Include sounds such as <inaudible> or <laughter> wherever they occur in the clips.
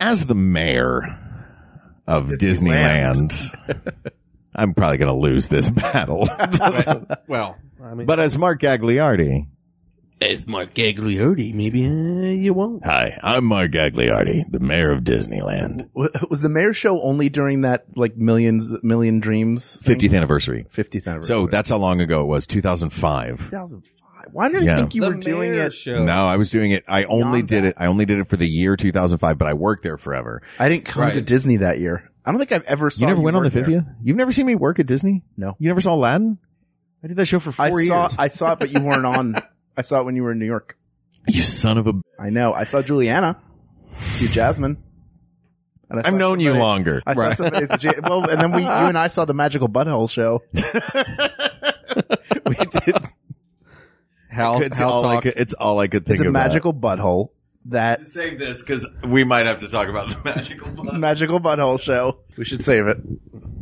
as the mayor of Disneyland, <laughs> I'm probably going to lose this battle. Well, I mean, <laughs> but as Mark Gagliardi, it's Mark Gagliardi. Maybe uh, you won't. hi, I'm Mark Gagliardi, the mayor of Disneyland. W- Was the mayor show only during that like millions million dreams thing? 50th anniversary. 50th anniversary? So that's how long ago it was, 2005. 2005. Why did Yeah. I think you The were doing mayor it? Show. No, I was doing it. I only Beyond did that. it. I only did it for the year 2005, but I worked there forever. I didn't come to Right. Disney that year. I don't think I've ever saw you never went on the work there. 50th? You've never seen me work at Disney? No. You never saw Aladdin? I did that show for four I years. saw I saw it, but you weren't on. I saw it when you were in New York. you son of a. I know. I saw Juliana, you Jasmine. And I I've saw known you somebody- longer. I saw somebody, it's J- well, and then we, you and I saw the magical <laughs> butthole show. <laughs> we did. Hal, It's Hal all, I talk. could, it's all I could think It's a about. magical butthole. That Save this because we might have to talk about the magical butthole. magical butthole show. We should save it.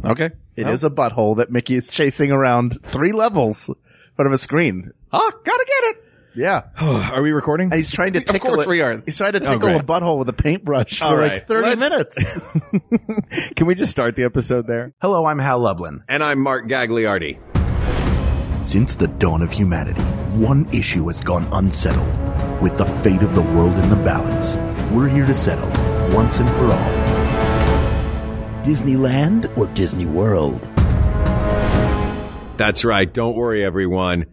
Okay. It is a butthole that Mickey is chasing around three levels in front of a screen. Ah, gotta get it. Yeah. <sighs> Are we recording? And he's trying to tickle Of course it. we are. He's trying to tickle great. a butthole with a paintbrush All for right. like 30 Let's- <laughs> minutes. <laughs> Can we just start the episode there? Hello, I'm Hal Lublin. And I'm Mark Gagliardi. Since the dawn of humanity, one issue has gone unsettled. With the fate of the world in the balance, we're here to settle once and for all. Disneyland or Disney World? That's right. Don't worry, everyone.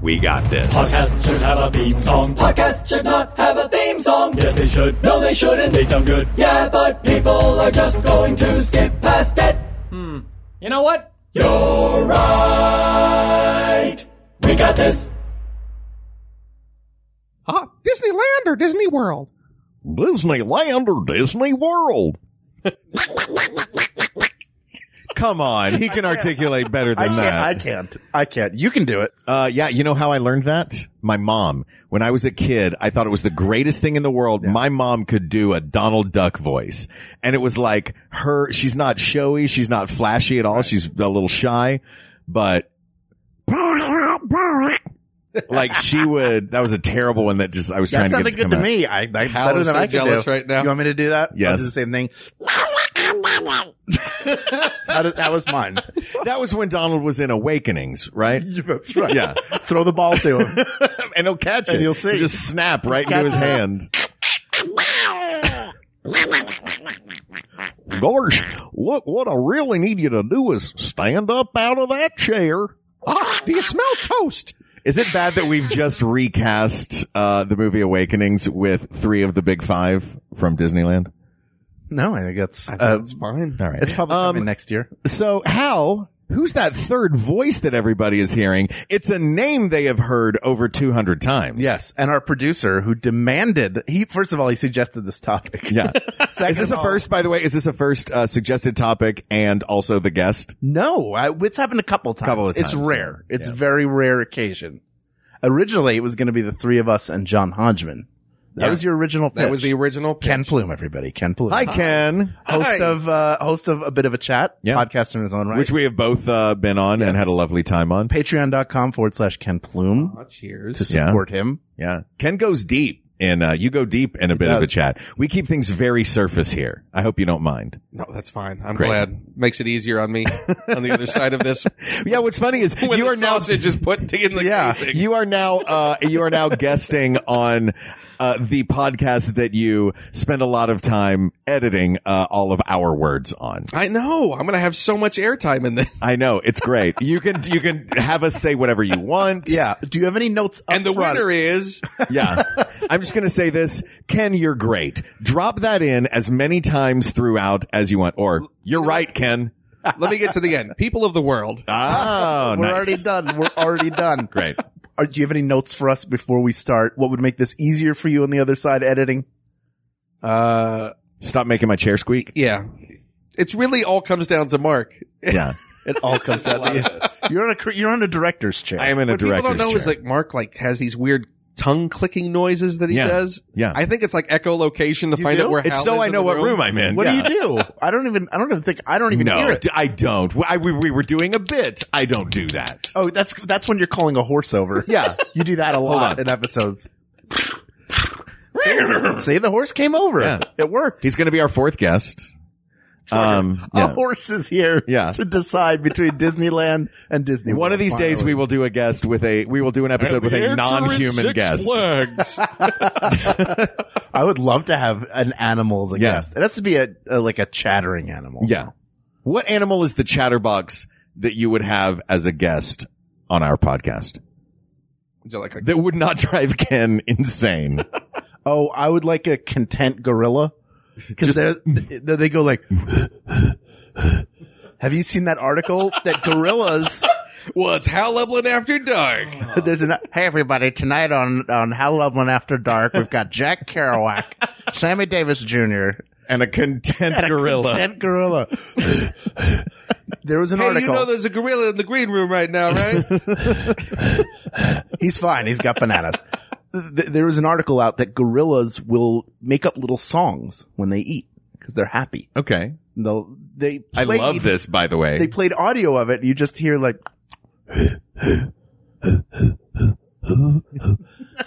We got this. Podcasts should have a theme song. Podcasts should not have a theme song. Yes, they should. No, they shouldn't. They sound good. Yeah, but people are just going to skip past it. Hmm. You know what? You're right. We got this. Ah, Disneyland or Disney World? Disneyland or <laughs> Disney World? Come on, he can articulate better I than can't. I that. can't. I can't. You can do it. Uh, yeah, you know how I learned that? My mom. When I was a kid, I thought it was the greatest thing in the world. My mom could do a Donald Duck voice. And it was like her, she's not showy, she's not flashy at all, she's a little shy, <laughs> but like she would, that was a terrible one that just, I was That trying to sounded get it come good to out. me. I, I Hal better is than so I can jealous do. right now. You want me to do that? Yes. I'll do the same thing. <laughs> that, is, that was mine. That was when Donald was in Awakenings, right? That's right. Yeah. Throw the ball to him. and he'll catch it. And you'll see. He'll just snap right into Catch his it. hand. Gorsh, look, what I really need you to do is stand up out of that chair. Ah, do you smell toast? Is it bad that we've just recast uh, the movie Awakenings with three of the big five from Disneyland? No, I think that's. think uh, it's fine. All right. it's probably Um, coming next year. So Hal, who's that third voice that everybody is hearing? It's a name they have heard over 200 times. Yes, and our producer who demanded he first of all he suggested this topic. Yeah. Second is this of a all- first, by the way? Is this a first uh, suggested topic and also the guest? <laughs> No, I, it's happened a couple times. Couple of It's times, rare. yeah. It's Yeah. very rare occasion. Originally, it was going to be the three of us and John Hodgman. That Yeah. was your original. That pitch. was the original. pitch. Ken Plume, everybody. Ken Plume. Hi, Ken. host Hi. of uh, host of a bit of a chat Yeah. podcast in his own right. Which we have both uh, been on and had a lovely time on. Patreon.com forward slash Ken Plume Ah, cheers. to support him. Yeah. Ken goes deep and uh, you go deep in a bit of a does. chat. We keep things very surface here. I hope you don't mind. No, that's fine. I'm Great. glad. Makes it easier <laughs> on me on the other side of <laughs> this. Yeah. What's funny <laughs> is When you the are now, sausage is put in the yeah, casing. you are now, uh, you are now guesting on. Uh, the podcast that you spend a lot of time editing uh, all of our words on. I know. I'm gonna have so much airtime in this. I know it's great. You can you can have us say whatever you want. Yeah. Do you have any notes? <laughs> Up And the front? winner is Yeah. I'm just going to say this. Ken, you're great. Drop that in as many times throughout as you want. Or, you're right, Ken. let me get to the end. <laughs> People of the world. Oh, We're nice. already done. We're already done. great. Are, do you have any notes for us before we start? What would make this easier for you on the other side editing? Uh Stop making my chair squeak. yeah. It's really all comes down to Mark. <laughs> Yeah. It all comes out. You're on a cr- you're on a director's chair. I am in a what people director's don't know chair. is like Mark like has these weird tongue clicking noises that he Yeah. does. Yeah. I think it's like echolocation to find do? out where it's Hal so is I in know the what room, I'm in. what yeah. do you do? I don't even. I don't even think. I don't even hear No, it. d- I don't. I, we, we were doing a bit. I don't do that. Oh, that's that's when you're calling a horse over. Yeah. you do that a Hold on. lot in episodes. See, the horse came over. Yeah. It worked. He's going to be our fourth guest. Um, yeah. A horse is here Yeah. to decide between Disneyland and Disney. One World. of these days we will do a guest with a, we will do an episode with a non-human guest. I would love to have an animal as a Yeah. guest. It has to be a, a like a chattering animal. Yeah. What animal is the chatterbox that you would have as a guest on our podcast Would you like a, that would not drive Ken <laughs> insane? Oh, I would like a content <laughs> gorilla because they they go like. <laughs> Have you seen that article that <laughs> gorillas? <laughs> well, it's Hal Lublin after dark. There's an hey everybody tonight on on How Loveland After Dark we've got Jack <laughs> Kerouac, Sammy Davis Jr. and a content gorilla. and gorilla. <laughs> there was an Hey, you article. know there's a gorilla in the green room right <laughs> now, right? He's fine. He's got bananas. Th- there was an article out that gorillas will make up little songs when they eat because they're happy. okay. And They'll, they I played- love this, by the way. They played audio of it. You just hear like. so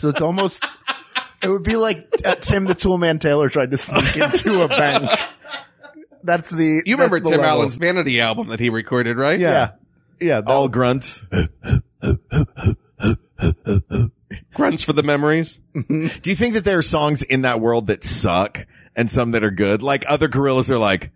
it's almost. It would be like uh, Tim the Toolman Taylor tried to sneak into a bank. That's the. You that's remember the Tim level. Allen's Vanity album that he recorded, right? Yeah. Oh, Yeah. all grunts. Grunts for the memories. Do you think that there are songs in that world that suck and some that are good? Like other gorillas are like,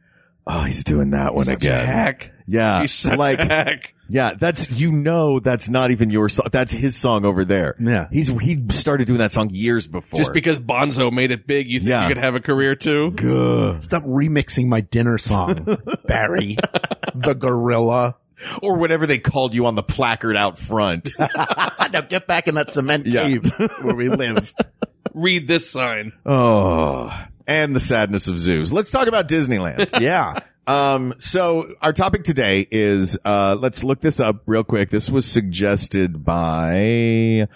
oh, he's doing that one Such again. a hack. Uh, Yeah. He's such like, a hack. yeah, that's, you know, that's not even your song. That's his song over there. Yeah. He's, he started doing that song years before. Just because Bonzo made it big, you think Yeah. you could have a career too? Ugh. Stop remixing my dinner <laughs> song, Barry. the gorilla. or whatever they called you on the placard out front. <laughs> <laughs> Now get back in that cement cave where we <laughs> live. Read this sign. oh, and the sadness of zoos. Let's talk about Disneyland. Yeah. Um, so our topic today is, uh, let's look this up real quick. This was suggested by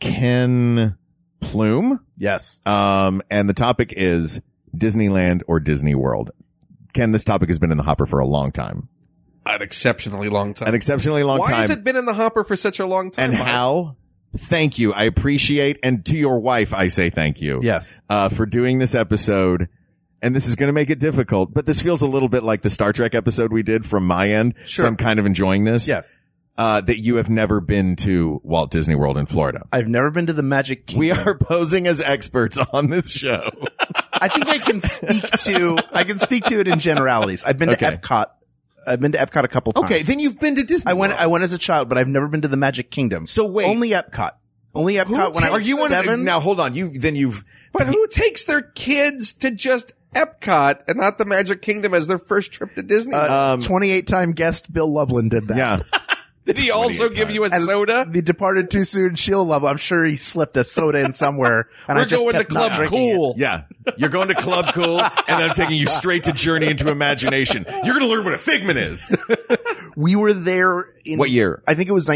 Ken Plume. Yes. Um, and the topic is Disneyland or Disney World. Ken, this topic has been in the hopper for a long time, An exceptionally long time. an exceptionally long Why time. has it been in the hopper for such a long time? and Mike? Hal, thank you. I appreciate, and to your wife, I say thank you. Yes. uh, for doing this episode. And this is going to make it difficult, but this feels a little bit like the Star Trek episode we did from my end. So Sure. I'm kind of enjoying this. Yes. Uh, that you have never been to Walt Disney World in Florida. I've never been to the Magic Kingdom. We are posing as experts on this show. I think I can speak to I can speak to it in generalities. I've been Okay. to Epcot. I've been to Epcot a couple <laughs> times. okay. Then you've been to Disney. I went World. I went as a child, but I've never been to the Magic Kingdom. So wait. Only Epcot. Only Epcot when I are was you one of the- seven. now? Hold on. You then you've But who takes their kids to just Epcot and not the Magic Kingdom as their first trip to Disney? Uh, um 28 time guest Bill Loveland did <laughs> that. yeah. Did he also give you a And soda? The departed too soon. She'll love. I'm sure he slipped a soda in somewhere. <laughs> And I We're just going to kept not Club drinking it. Cool. Yeah. You're going to Club Cool and then I'm taking you straight to Journey into Imagination. You're going to learn what a figment is. We were there in What year? I think it was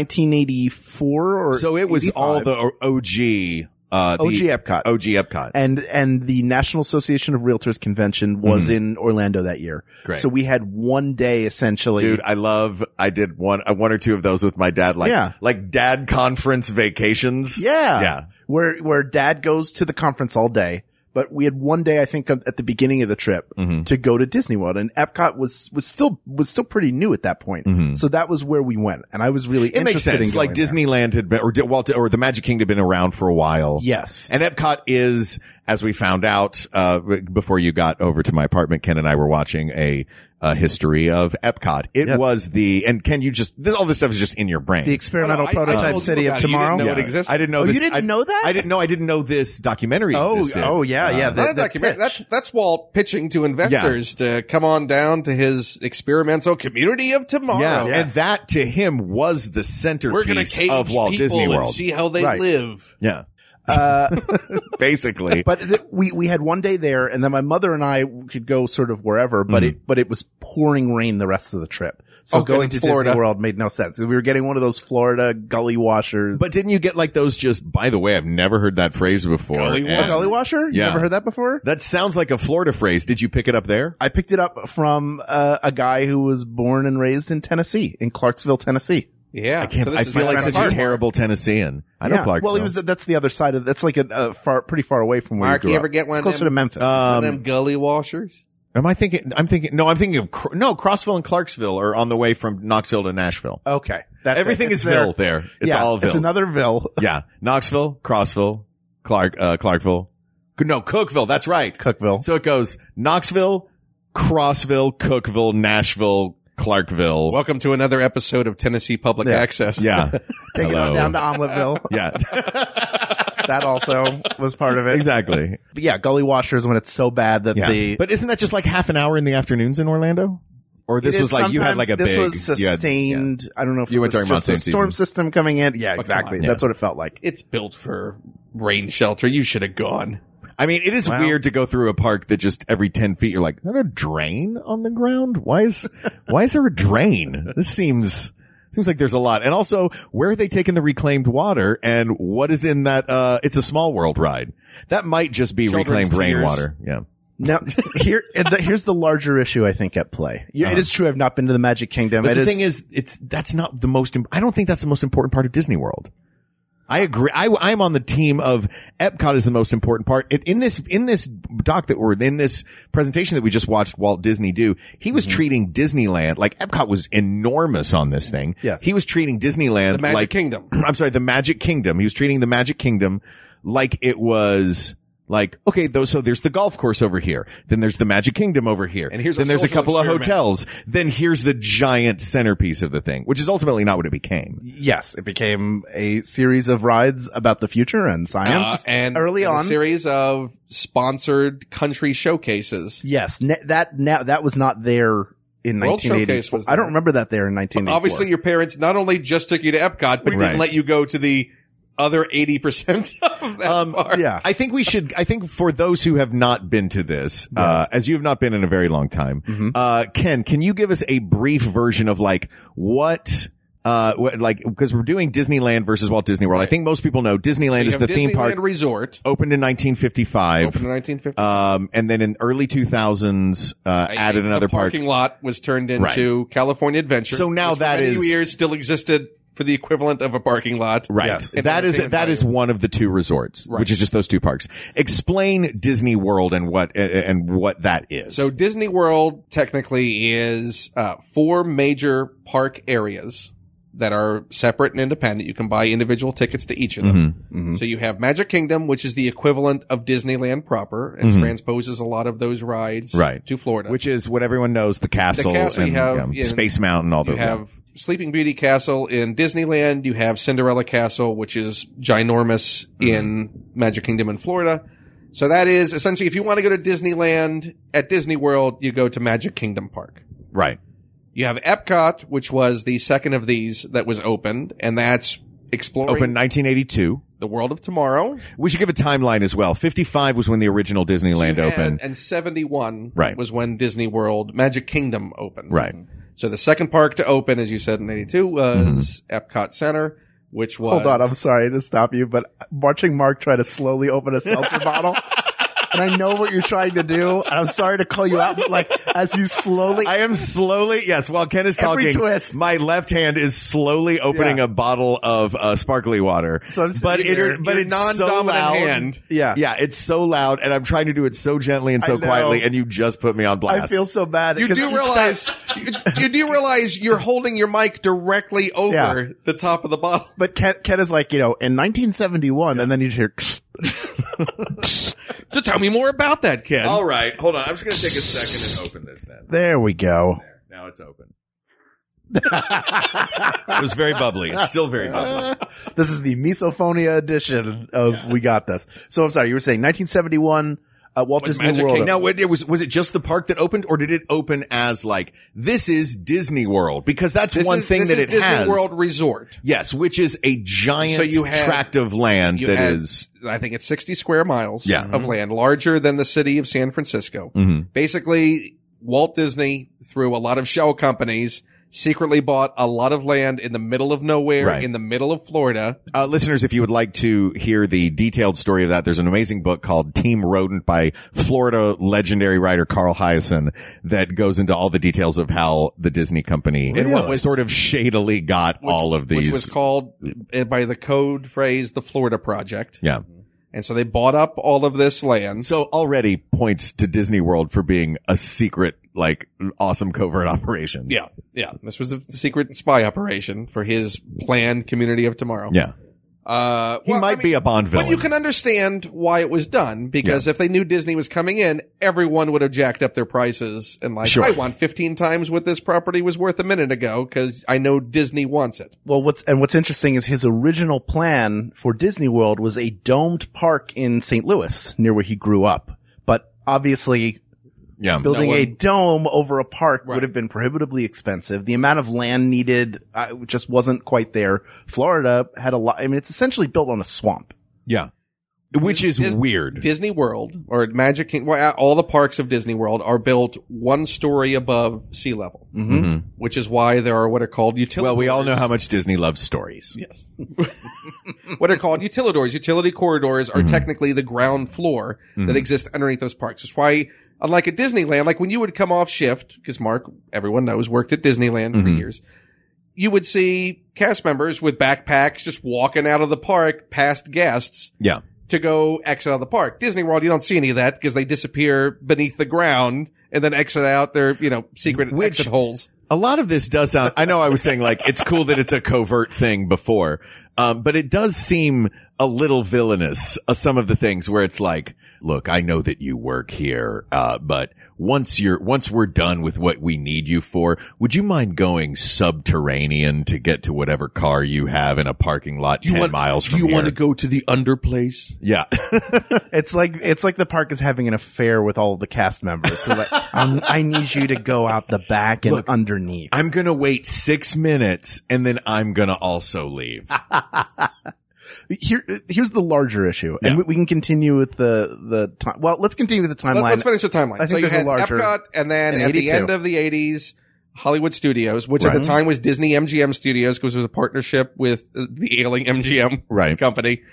1984 or So it was all 85. the OG, uh, the OG Epcot. OG Epcot. and and the National Association of Realtors convention was Mm-hmm. in Orlando that year. Great. So we had one day essentially. Dude, I love, I did one, uh, one or two of those with my dad, like, Yeah. like dad conference vacations. yeah. Yeah. Where where dad goes to the conference all day, but we had one day I think at the beginning of the trip Mm-hmm. to go to Disney World and Epcot was was still was still pretty new at that point. Mm-hmm. So that was where we went and I was really It makes interested in sense. Like going there. Disneyland had been, or did, Walt, or the Magic Kingdom had been around for a while. Yes. And Epcot is, as we found out, uh, b- before you got over to my apartment, Ken and I were watching a, a history of Epcot. It Yes. was the, and Ken, you just, this, all this stuff is just in your brain. The experimental I- I told prototype you city of about it. You didn't tomorrow. know it Yeah. existed. I didn't know Oh, this. you didn't I, know that? I didn't know. I didn't know this documentary Oh, existed. oh yeah, yeah. Not The- a the document. pitch. That's that's Walt pitching to investors to come on down to his experimental community of tomorrow. Yeah, Yes. and that to him was the We're gonna centerpiece cage of Walt people Disney World. and see how they Right. live. yeah, Uh, basically. but th- we we had one day there, and then my mother and I could go sort of wherever, but it but it was pouring rain the rest of the trip. So Oh, 'cause going it's to Florida. Disney World made no sense. We were getting one of those Florida gully washers. but didn't you get like those? Just by the way, I've never heard that phrase before. Gully and- a gully washer? You Yeah. never heard that before? That sounds like a Florida phrase. Did you pick it up there? I picked it up from uh, a guy who was born and raised in Tennessee, in Clarksville, Tennessee. Yeah. I, can't, I feel like such a terrible Tennessean. I know Yeah. Clark. Well, he was. That's the other side of. That's like a, a far, pretty far away from where Mark, you you grew ever up. get one It's of closer to them- Memphis. One Um, of them gully washers. Am I thinking? I'm thinking. No, I'm thinking of Cro- no Crossville and Clarksville are on the way from Knoxville to Nashville. okay, that's it. Everything It's is there. Ville there. It's yeah, all Ville. It's another Ville. <laughs> yeah, Knoxville, Crossville, Clark, uh, Clarkville. No, Cookville. That's right. Cookville. So it goes Knoxville, Crossville, Cookville, Nashville, Clarkville. Welcome to another episode of Tennessee Public Yeah. Access. yeah, Take it Hello. on down to <laughs> Omeletville. yeah, that also was part of it. exactly. But yeah, gully washers when it's so bad that Yeah. the but isn't that just like half an hour in the afternoons in Orlando? Or this It was is like you had like sometimes- a this big was you had- sustained. I don't know if You it were was talking about just a same storm system coming in. Yeah, on, exactly. yeah. That's what it felt like. It's built for rain shelter. You should have gone. I mean, it is Wow. weird to go through a park that just every 10 feet, you're like, is that a drain on the ground? Why <laughs> is, why is there a drain? This seems, seems like there's a lot. And also, where are they taking the reclaimed water and what is in that, uh, it's a small world ride. That might just be Children's reclaimed tears. rainwater. Yeah. Now <laughs> here and the- here's the larger issue I think at play. Yeah, It is true I've not been to the Magic Kingdom. Uh-huh. But It the is- thing is, it's, that's not the most, im- I don't think that's the most important part of Disney World. I agree. I, I'm on the team of Epcot is the most important part. In- In this, in this doc that we're in this presentation that we just watched Walt Disney do, he was Mm-hmm. treating Disneyland like Epcot was enormous on this thing. Yes. He was treating Disneyland The Magic like, Kingdom. <clears throat> I'm sorry, the Magic Kingdom. He was treating the Magic Kingdom like it was like, okay, those, so there's the golf course over here. Then there's the Magic Kingdom over here. And here's our then there's a social couple experiment. of hotels. Then here's the giant centerpiece of the thing, which is ultimately not what it became. yes, it became a series of rides about the future and Uh, science and early and on. a series of sponsored country showcases. Yes, ne- that now that was not there in World 1980. Showcase was I don't there. remember that there in 1984. Obviously, your parents not only just took you to Epcot, but Right. didn't let you go to the other 80% <laughs> of that Um, park. yeah. I think we should, I think for those who have not been to this, uh, as you have not been in a very long time, Mm-hmm. uh, Ken, can you give us a brief version of like what uh, what, like, because we're doing Disneyland versus Walt Disney World. I think most people know Disneyland You is have the theme Disneyland park Oh. Resort opened in 1955. opened in 1950. Um, and then in early 2000s, uh, added The another park. parking lot was turned into California Adventure. So now which for that many is- years still existed for the equivalent of a parking lot. Right. And That is, entertainment that value. is one of the two resorts, which is just those two parks. Explain Disney World and what, uh, and what that is. So Disney World technically is uh, four major park areas that are separate and independent. You can buy individual tickets to each of them. Mm-hmm. So you have Magic Kingdom, which is the equivalent of Disneyland proper and transposes a lot of those rides Mm-hmm. Right. to Florida. which is what everyone knows, the castle, castle you and have um, in- Space Mountain, all you those. have Sleeping Beauty Castle in Disneyland. You have Cinderella Castle, which is ginormous Mm-hmm. in Magic Kingdom in Florida. So that is essentially if you want to go to Disneyland at Disney World, you go to Magic Kingdom Park. Right. You have Epcot, which was the second of these that was opened, and that's exploring Opened 1982. the world of tomorrow. We should give a timeline as well. 55 was when the original Disneyland And- opened. and, seventy one Right. was when Disney World Magic Kingdom opened. right. So the second park to open, as you said in eighty two, was Epcot Center, which was Hold on, I'm sorry to stop you, but watching Mark try to slowly open a <laughs> seltzer bottle, and I know what you're trying to do, and I'm sorry to call you out, but like as you slowly, I am slowly, yes, while Ken is Every talking, twist. my left hand is slowly opening Yeah. a bottle of uh, sparkly water. So I'm sitting but it's, here- but your it's so non-dominant loud. hand. yeah, Yeah, it's so loud and I'm trying to do it so gently and I so know. quietly and you just put me on blast. I feel so bad. You 'cause do each realize time- you, you do realize you're holding your mic directly over Yeah. the top of the bottle. but Ken, Ken is like, you know, in 1971, and then you hear, So tell me more about that, kid. All right, hold on. I'm just going to take a second and open this then. there <laughs> we go. Now it's open. it was very bubbly. It's still very bubbly. This is the misophonia edition of We Got This. So I'm sorry, you were saying 1971, uh, Walt Disney Magic World. Kingdom. Now, what- it was was it just the park that opened, or did it open as like this is Disney World? Because that's This one is- thing this that is it Disney has. World Resort. Yes, which is a giant So you had- tract of land You that had, is I think it's 60 square miles Yeah. of land, larger than the city mm-hmm. of San Francisco. Basically, Walt Disney, through a lot of shell companies, secretly bought a lot of land in the middle of nowhere, Right. in the middle of Florida. Uh, listeners, if you would like to hear the detailed story of that, there's an amazing book called Team Rodent by Florida legendary writer Carl Hyacin that goes into all the details of how the Disney company And what was- sort of shadily got which- all of these. Which was called uh, by the code phrase the Florida Project. yeah. And so they bought up all of this land. So already points to Disney World for being a secret, like awesome covert operation. Yeah, yeah. This was a secret spy operation for his planned community of tomorrow. Yeah. Uh, He well, might I mean, be a Bond villain. But you can understand why it was done because if they knew Disney was coming in, everyone would have jacked up their prices and like, Sure. I want 15 times what this property was worth a minute ago because I know Disney wants it. Well, what's and what's interesting is his original plan for Disney World was a domed park in St. Louis, near where he grew up. But obviously, yeah. building No one- a dome over a park Right. would have been prohibitively expensive. The amount of land needed uh, just wasn't quite there. Florida had a lot. I mean, it's essentially built on a swamp. Yeah. Which is Dis- weird. Disney World or Magic Kingdom, well, all the parks of Disney World are built one story above sea level, Mhm. which is why there are what are called utility. Well, we all know how much Disney loves stories. Yes. what are called utilidors. Utility corridors Mm-hmm. are technically the ground floor that exists underneath those parks. That's why, unlike at Disneyland, like when you would come off shift, because Mark, everyone knows, worked at Disneyland for Mhm. years, you would see cast members with backpacks just walking out of the park past guests Yeah. to go exit out of the park. Disney World, you don't see any of that because they disappear beneath the ground and then exit out their, you know, secret Which- exit holes. A lot of this does sound. I know I was saying like it's cool that it's a covert thing before, um, but it does seem a little villainous. Uh, some of the things where it's like, look, I know that you work here, uh, but once you're once we're done with what we need you for, would you mind going subterranean to get to whatever car you have in a parking lot ten miles from here? go to the underplace? Yeah, <laughs> It's like it's like the park is having an affair with all of the cast members. So like, <laughs> um, I need you to go out the back and underneath. I'm gonna wait six minutes and then I'm gonna also leave. Ah. Here, here's the larger issue, and we, we can continue with the the time. Well, let's continue with the timeline. Let, us finish the timeline. I think so you there's a had larger- Epcot, and then in at the 82. end of the '80s, Hollywood Studios, which at Right. the time was Disney MGM Studios, because it was a partnership with uh, the ailing MGM Right. <laughs> company,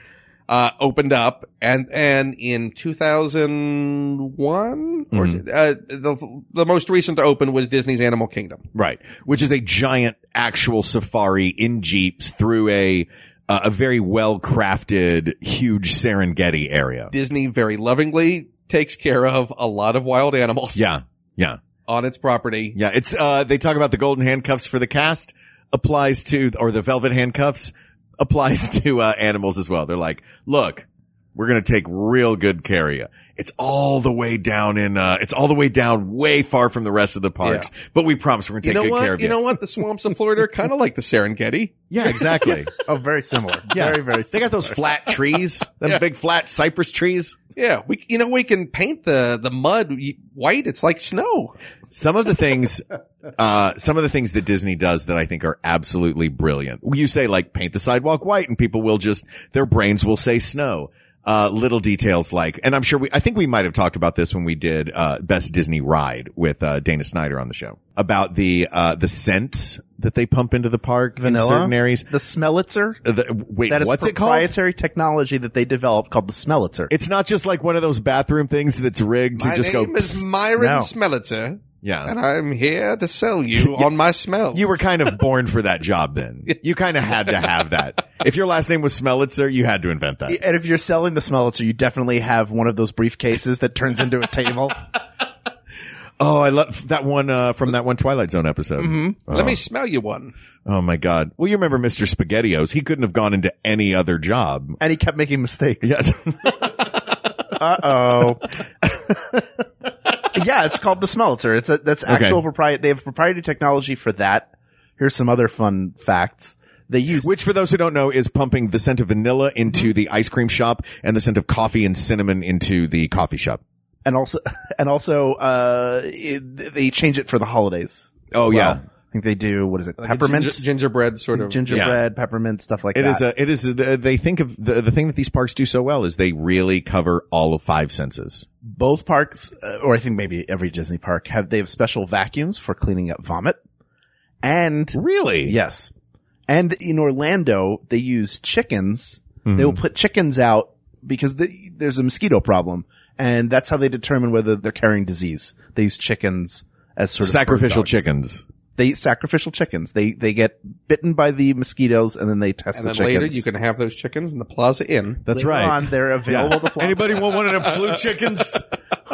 uh, opened up, and and in 2001, or Mm-hmm. Mhm. uh, the the most recent to open was Disney's Animal Kingdom. Right. Which is a giant actual safari in jeeps through a uh, a very well crafted huge Serengeti area. Disney very lovingly takes care of a lot of wild animals Yeah. Yeah. on its property. Yeah, it's uh they talk about the golden handcuffs for the cast applies to or the velvet handcuffs applies <laughs> to uh animals as well. They're like, "Look, we're going to take real good care of you. It's all the way down in uh it's all the way down way far from the rest of the parks, but we promise we're going to You take know good what? care You of know what? The swamps of Florida are kind of like the Serengeti. yeah, <laughs> exactly. oh, very <laughs> similar. Yeah. Very very. they Similar. got those flat <laughs> trees, them big flat cypress trees. Yeah, we you know we can paint the the mud y- white. It's like snow. Some of the things, uh, some of the things that Disney does that I think are absolutely brilliant. You say like paint the sidewalk white and people will just, their brains will say snow. Uh, little details like, and I'm sure we, I think we might have talked about this when we did, uh, best Disney ride with, uh, Dana Snyder on the show about the, uh, the scent that they pump into the park Vanilla? in certain areas. the Smelitzer. Uh, the- wait, That is what's it called? proprietary technology that they developed called the Smelitzer. It's not just like one of those bathroom things that's rigged to My just name go. is Myron No. Smelitzer, yeah. and I'm here to <laughs> sell you on my smells. You were kind of born for that job <laughs> then. You kind of had to have that. If your last name was Smelitzer, you had to invent that. and if you're selling the Smelitzer, you definitely have one of those briefcases that turns into a <laughs> table. Oh, I love that one uh, from that one Twilight Zone episode. Oh. Let me smell you one. Oh my God. Well, you remember Mr. SpaghettiOs? He couldn't have gone into any other job. and he kept making mistakes. Yes. Uh oh. yeah, it's called the Smelter. It's a that's actual proprietary. They have proprietary technology for that. Here's some other fun facts they <laughs> use. Which, for those who don't know, is pumping the scent of vanilla into the ice cream shop and the scent of coffee and cinnamon into the coffee shop. and also <laughs> and also uh it, they change it for the holidays. as Oh, well. yeah. I think they do. What is it? Like a peppermint, ginger- gingerbread, sort of. gingerbread, peppermint, stuff like It that. is a, it is, a, they think of the, the thing that these parks do so well is they really cover all of five senses. both parks, uh, or I think maybe every Disney park, have they have special vacuums for cleaning up vomit, And Really? yes, and in Orlando they use chickens. They will put chickens out because the, there's a mosquito problem, and that's how they determine whether they're carrying disease. They use chickens as sort of bird Sacrificial dogs. chickens. They sacrificial chickens. They they get bitten by the mosquitoes and then they test the And then chickens. later you can have those chickens in the Plaza Inn. That's Later right. on, they're available to fly. <laughs> Anybody want one of them flu chickens?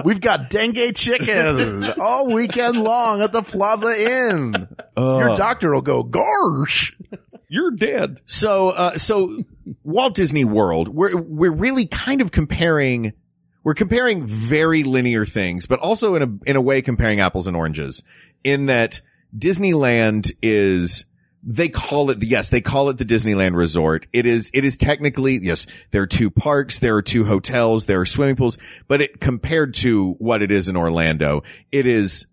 We've got <laughs> dengue chicken all weekend long at the Plaza Inn. Oh. Your doctor will go, gosh. You're dead. So, uh, so Walt Disney World, we're, we're really kind of comparing, we're comparing very linear things, but also in a, in a way comparing apples and oranges in that Disneyland is, they call it, yes, they call it the Disneyland Resort. It is, it is technically, yes, there are two parks, there are two hotels, there are swimming pools, but it compared to what it is in Orlando, it is,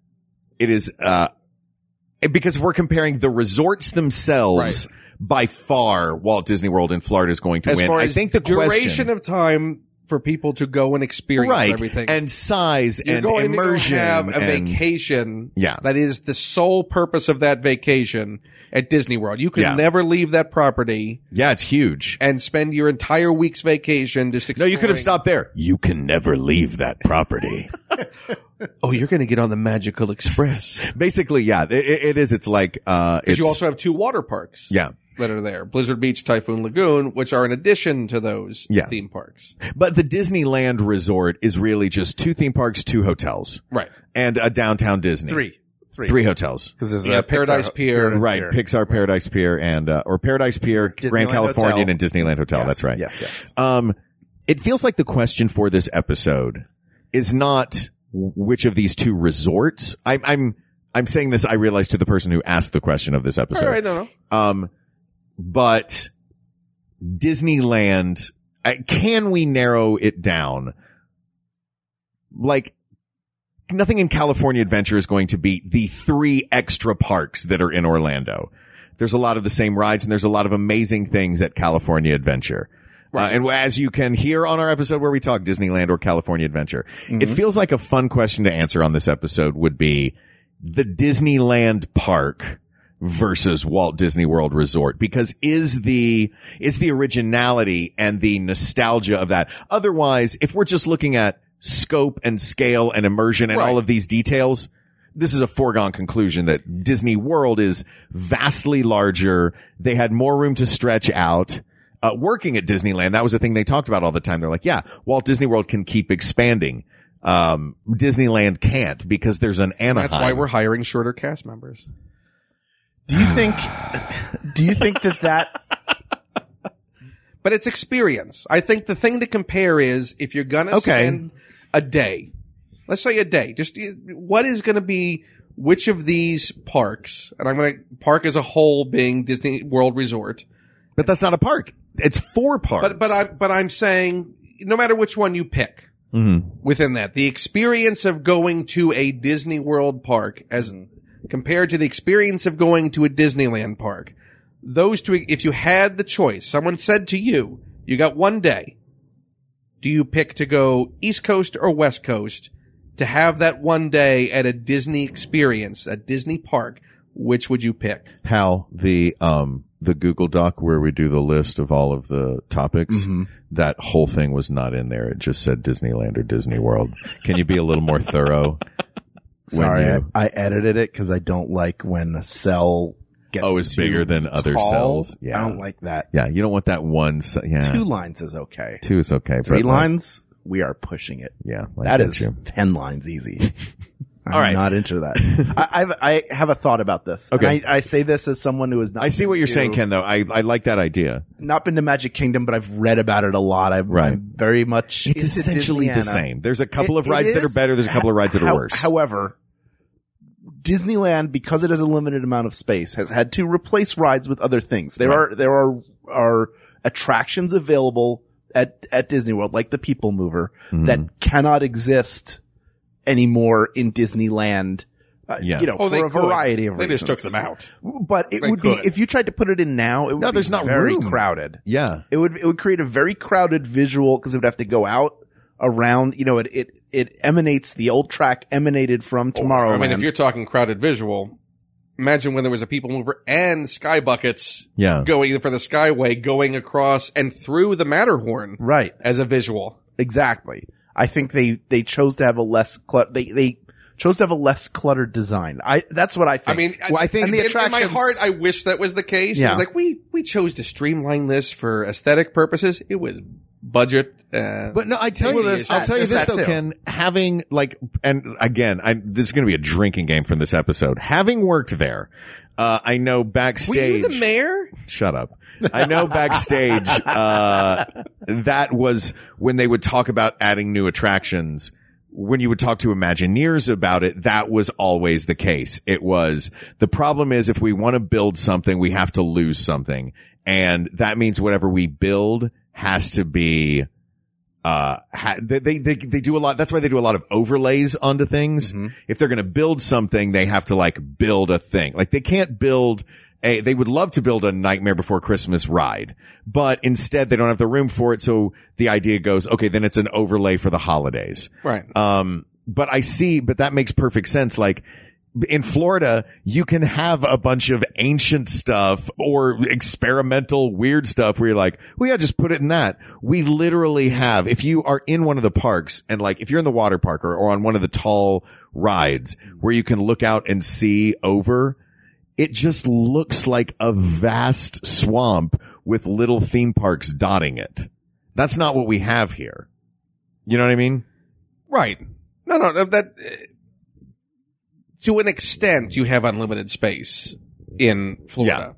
it is, uh, because we're comparing the resorts themselves by far Walt Disney World in Florida is going to As win. far I as think the duration question, of time for people to go and experience right, everything and size you're and going immersion to go have a and- vacation. Yeah. that is the sole purpose of that vacation at Disney World. You can Yeah. never leave that property Yeah, it's huge. and spend your entire week's vacation just. No, you could have exploring. stopped there. You can never leave that property. Oh, you're going to get on the Magical Express. Basically, yeah, it, it- it is. It's like uh, Because it's you also have two water parks yeah, that are there: Blizzard Beach, Typhoon Lagoon, which are in addition to those Yeah. theme parks. but the Disneyland Resort is really just two theme parks, two hotels, Right. and a downtown Disney. Three. three, hotels. Because there's Yeah, a Paradise Pixar- Pier. Right, Pier. Pixar Paradise Pier and uh, or Paradise Pier, Grand Disneyland Californian Hotel. and Disneyland Hotel. Yes, That's right. Yes, yes. Um, it feels like the question for this episode is not which of these two resorts. I'm, I'm, I'm saying this. I realize to the person who asked the question of this episode. All right, no, no. Um, but Disneyland, uh, can we narrow it down? Like, nothing in California Adventure is going to beat the three extra parks that are in Orlando. There's a lot of the same rides and there's a lot of amazing things at California Adventure. Uh, and as you can hear on our episode where we talk Disneyland or California Adventure, it feels like a fun question to answer on this episode would be the Disneyland park versus Walt Disney World Resort because is the is the originality and the nostalgia of that. Otherwise, if we're just looking at scope and scale and immersion and Right. all of these details, this is a foregone conclusion that Disney World is vastly larger. They had more room to stretch out. Uh, working at Disneyland, that was the thing they talked about all the time. They're like, yeah, Walt Disney World can keep expanding. Um, Disneyland can't because there's an Anaheim. That's why we're hiring shorter cast members. Do you <sighs> think, do you think that that, But it's experience. I think the thing to compare is if you're gonna Okay. spend a day, let's say a day, just uh, what is gonna be which of these parks, and I'm gonna park as a whole being Disney World Resort, but that's not a park. It's four parks. but but I but I'm saying no matter which one you pick within that, the experience of going to a Disney World park as compared to the experience of going to a Disneyland park, those two, if you had the choice, someone said to you, you got one day. Do you pick to go East Coast or West Coast to have that one day at a Disney experience, a Disney park? Which would you pick? how the um the Google Doc where we do the list of all of the topics, that whole thing was not in there. It just said Disneyland or Disney World. Can you be a little more <laughs> thorough? When sorry, you- I, I edited it because I don't like when a cell gets Oh, it's too bigger than other tall. cells. Yeah. Yeah. I don't like that. yeah, you don't want that one. se- yeah, Two lines is okay. Two is okay. Three but like- lines, we are pushing it. yeah, I That get is you. ten lines easy. <laughs> I'm All right. not <laughs> into that. I, I've, I have a thought about this. And Okay. I, I say this as someone who has not. I see what been you're to- saying, Ken. Though I I like that idea. Not been to Magic Kingdom, but I've read about it a lot. I've, Right. I'm very much. It's into essentially the Disneyana. same. There's a couple It- of it rides that are is. better. There's a couple of rides that are How- worse. However, Disneyland, because it has a limited amount of space, has had to replace rides with other things. There are there are are attractions available at at Disney World, like the People Mover, Mm-hmm. that cannot exist anymore in Disneyland. uh, Yeah. You know, for a variety of Oh, They reasons. just took them out. But it They would could. be if you tried to put it in now. It would No, be there's not very room. crowded. yeah, It would it would create a very crowded visual because it would have to go out around. You know, it it Oh, it emanates the old track emanated from Tomorrowland. I mean, if you're talking crowded visual, imagine when there was a people mover and sky buckets Yeah. going for the skyway going across and through the Matterhorn Right. as a visual. Exactly. I think they, they chose to have a less clutter, they, they chose to have a less cluttered design. I, that's what I think. I mean, well, I think in- the in, in attractions, my heart, I wish that was the case. Yeah. I was like, we we chose to streamline this for aesthetic purposes. It was budget. Uh, But no, I tell you Well, this. there's I'll that- tell you this there's that though, too. Ken. Having like, and again, I, this is going to be a drinking game from this episode. Having worked there, uh, I know were you backstage. the mayor? shut up. I know backstage. uh, that was when they would talk about adding new attractions. When you would talk to Imagineers about it, that was always the case. It was the problem is if we want to build something, we have to lose something, and that means whatever we build has to be uh, ha- they, they, they, they do a lot. That's why they do a lot of overlays onto things. If they're going to build something, they have to like build a thing. Like they can't build a, they would love to build a Nightmare Before Christmas ride, but instead they don't have the room for it. So the idea goes, okay, then it's an overlay for the holidays. Right. Um, but I see, but that makes perfect sense. Like in Florida, you can have a bunch of ancient stuff or experimental weird stuff where you're like, well, yeah, just put it in that. We literally have, if you are in one of the parks and like, if you're in the water park or, or on one of the tall rides where you can look out and see over, it just looks like a vast swamp with little theme parks dotting it. That's not what we have here. You know what I mean? Right. No, no, no, that uh, to an extent you have unlimited space in Florida.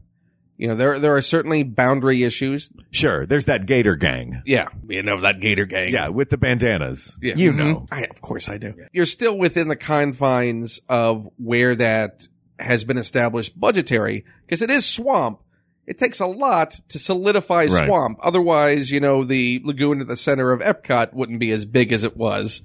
You know, there there are certainly boundary issues. Sure, there's that Gator gang. Yeah. You know that Gator gang. Yeah, with the bandanas. Yeah. You Mhm. know. I, of course I do. You're still within the confines of where that has been established budgetary because it is swamp. It takes a lot to solidify Right. swamp. Otherwise, you know, the lagoon at the center of Epcot wouldn't be as big as it was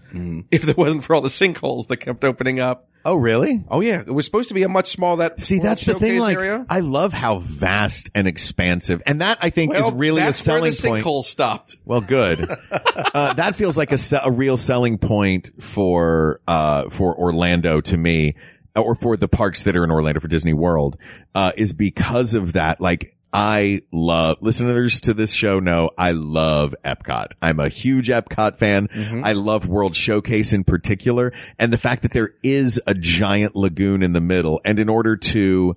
if it wasn't for all the sinkholes that kept opening up. Oh, really? Oh yeah, it was supposed to be a much smaller that. See, World that's the thing. Showcase Like, area. I love how vast and expansive, and that I think Well, is really a that's selling where the point. Sinkhole stopped. Well, good. uh, that feels like a, se- a real selling point for uh, for Orlando to me, or for the parks that are in Orlando for Disney World, uh, is because of that. Like, I love listeners to this show know I love Epcot. I'm a huge Epcot fan. I love World Showcase in particular, and the fact that there is a giant lagoon in the middle, and in order to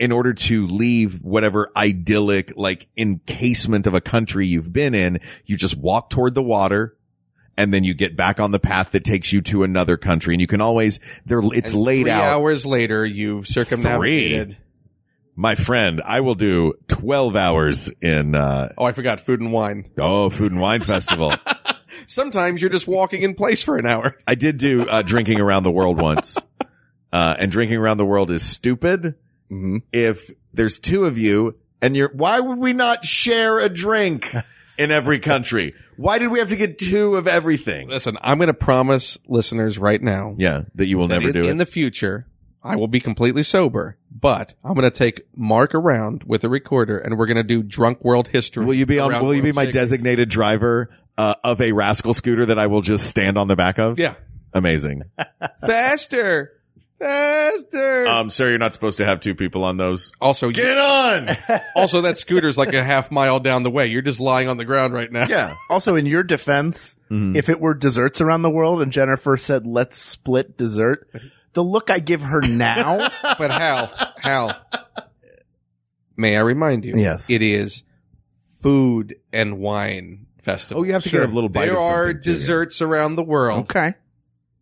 in order to leave whatever idyllic like encasement of a country you've been in, you just walk toward the water and then you get back on the path that takes you to another country and you can always there it's laid Three out. hours later, you've circumnavigated. My friend, I will do 12 hours in uh Oh, I forgot food and wine. oh, food and wine festival. Sometimes you're just walking in place for an hour. I did do uh drinking around the world once. Uh and drinking around the world is stupid. Mhm. if there's two of you and you're, why would we not share a drink in every country? Why did we have to get two of everything? Listen, I'm going to promise listeners right now. Yeah, that you will that never in, do in it. the future. I will be completely sober, but I'm going to take Mark around with a recorder, and we're going to do drunk world history. Will you be on, around will you be world my shakers. designated driver uh, of a rascal scooter that I will just stand on the back of? Yeah, Amazing. faster, faster. Um, sir, you're not supposed to have two people on those. also, you- Get on! <laughs> Also, that scooter's like a half mile down the way. You're just lying on the ground right now. Yeah. also in your defense, Mhm. if it were desserts around the world and Jennifer said, let's split dessert, the look I give her now. But Hal, Hal, may I remind you? Yes. It is food and wine festival. Oh, you have to get a little bite There of something, are too, yeah. desserts around the world. okay.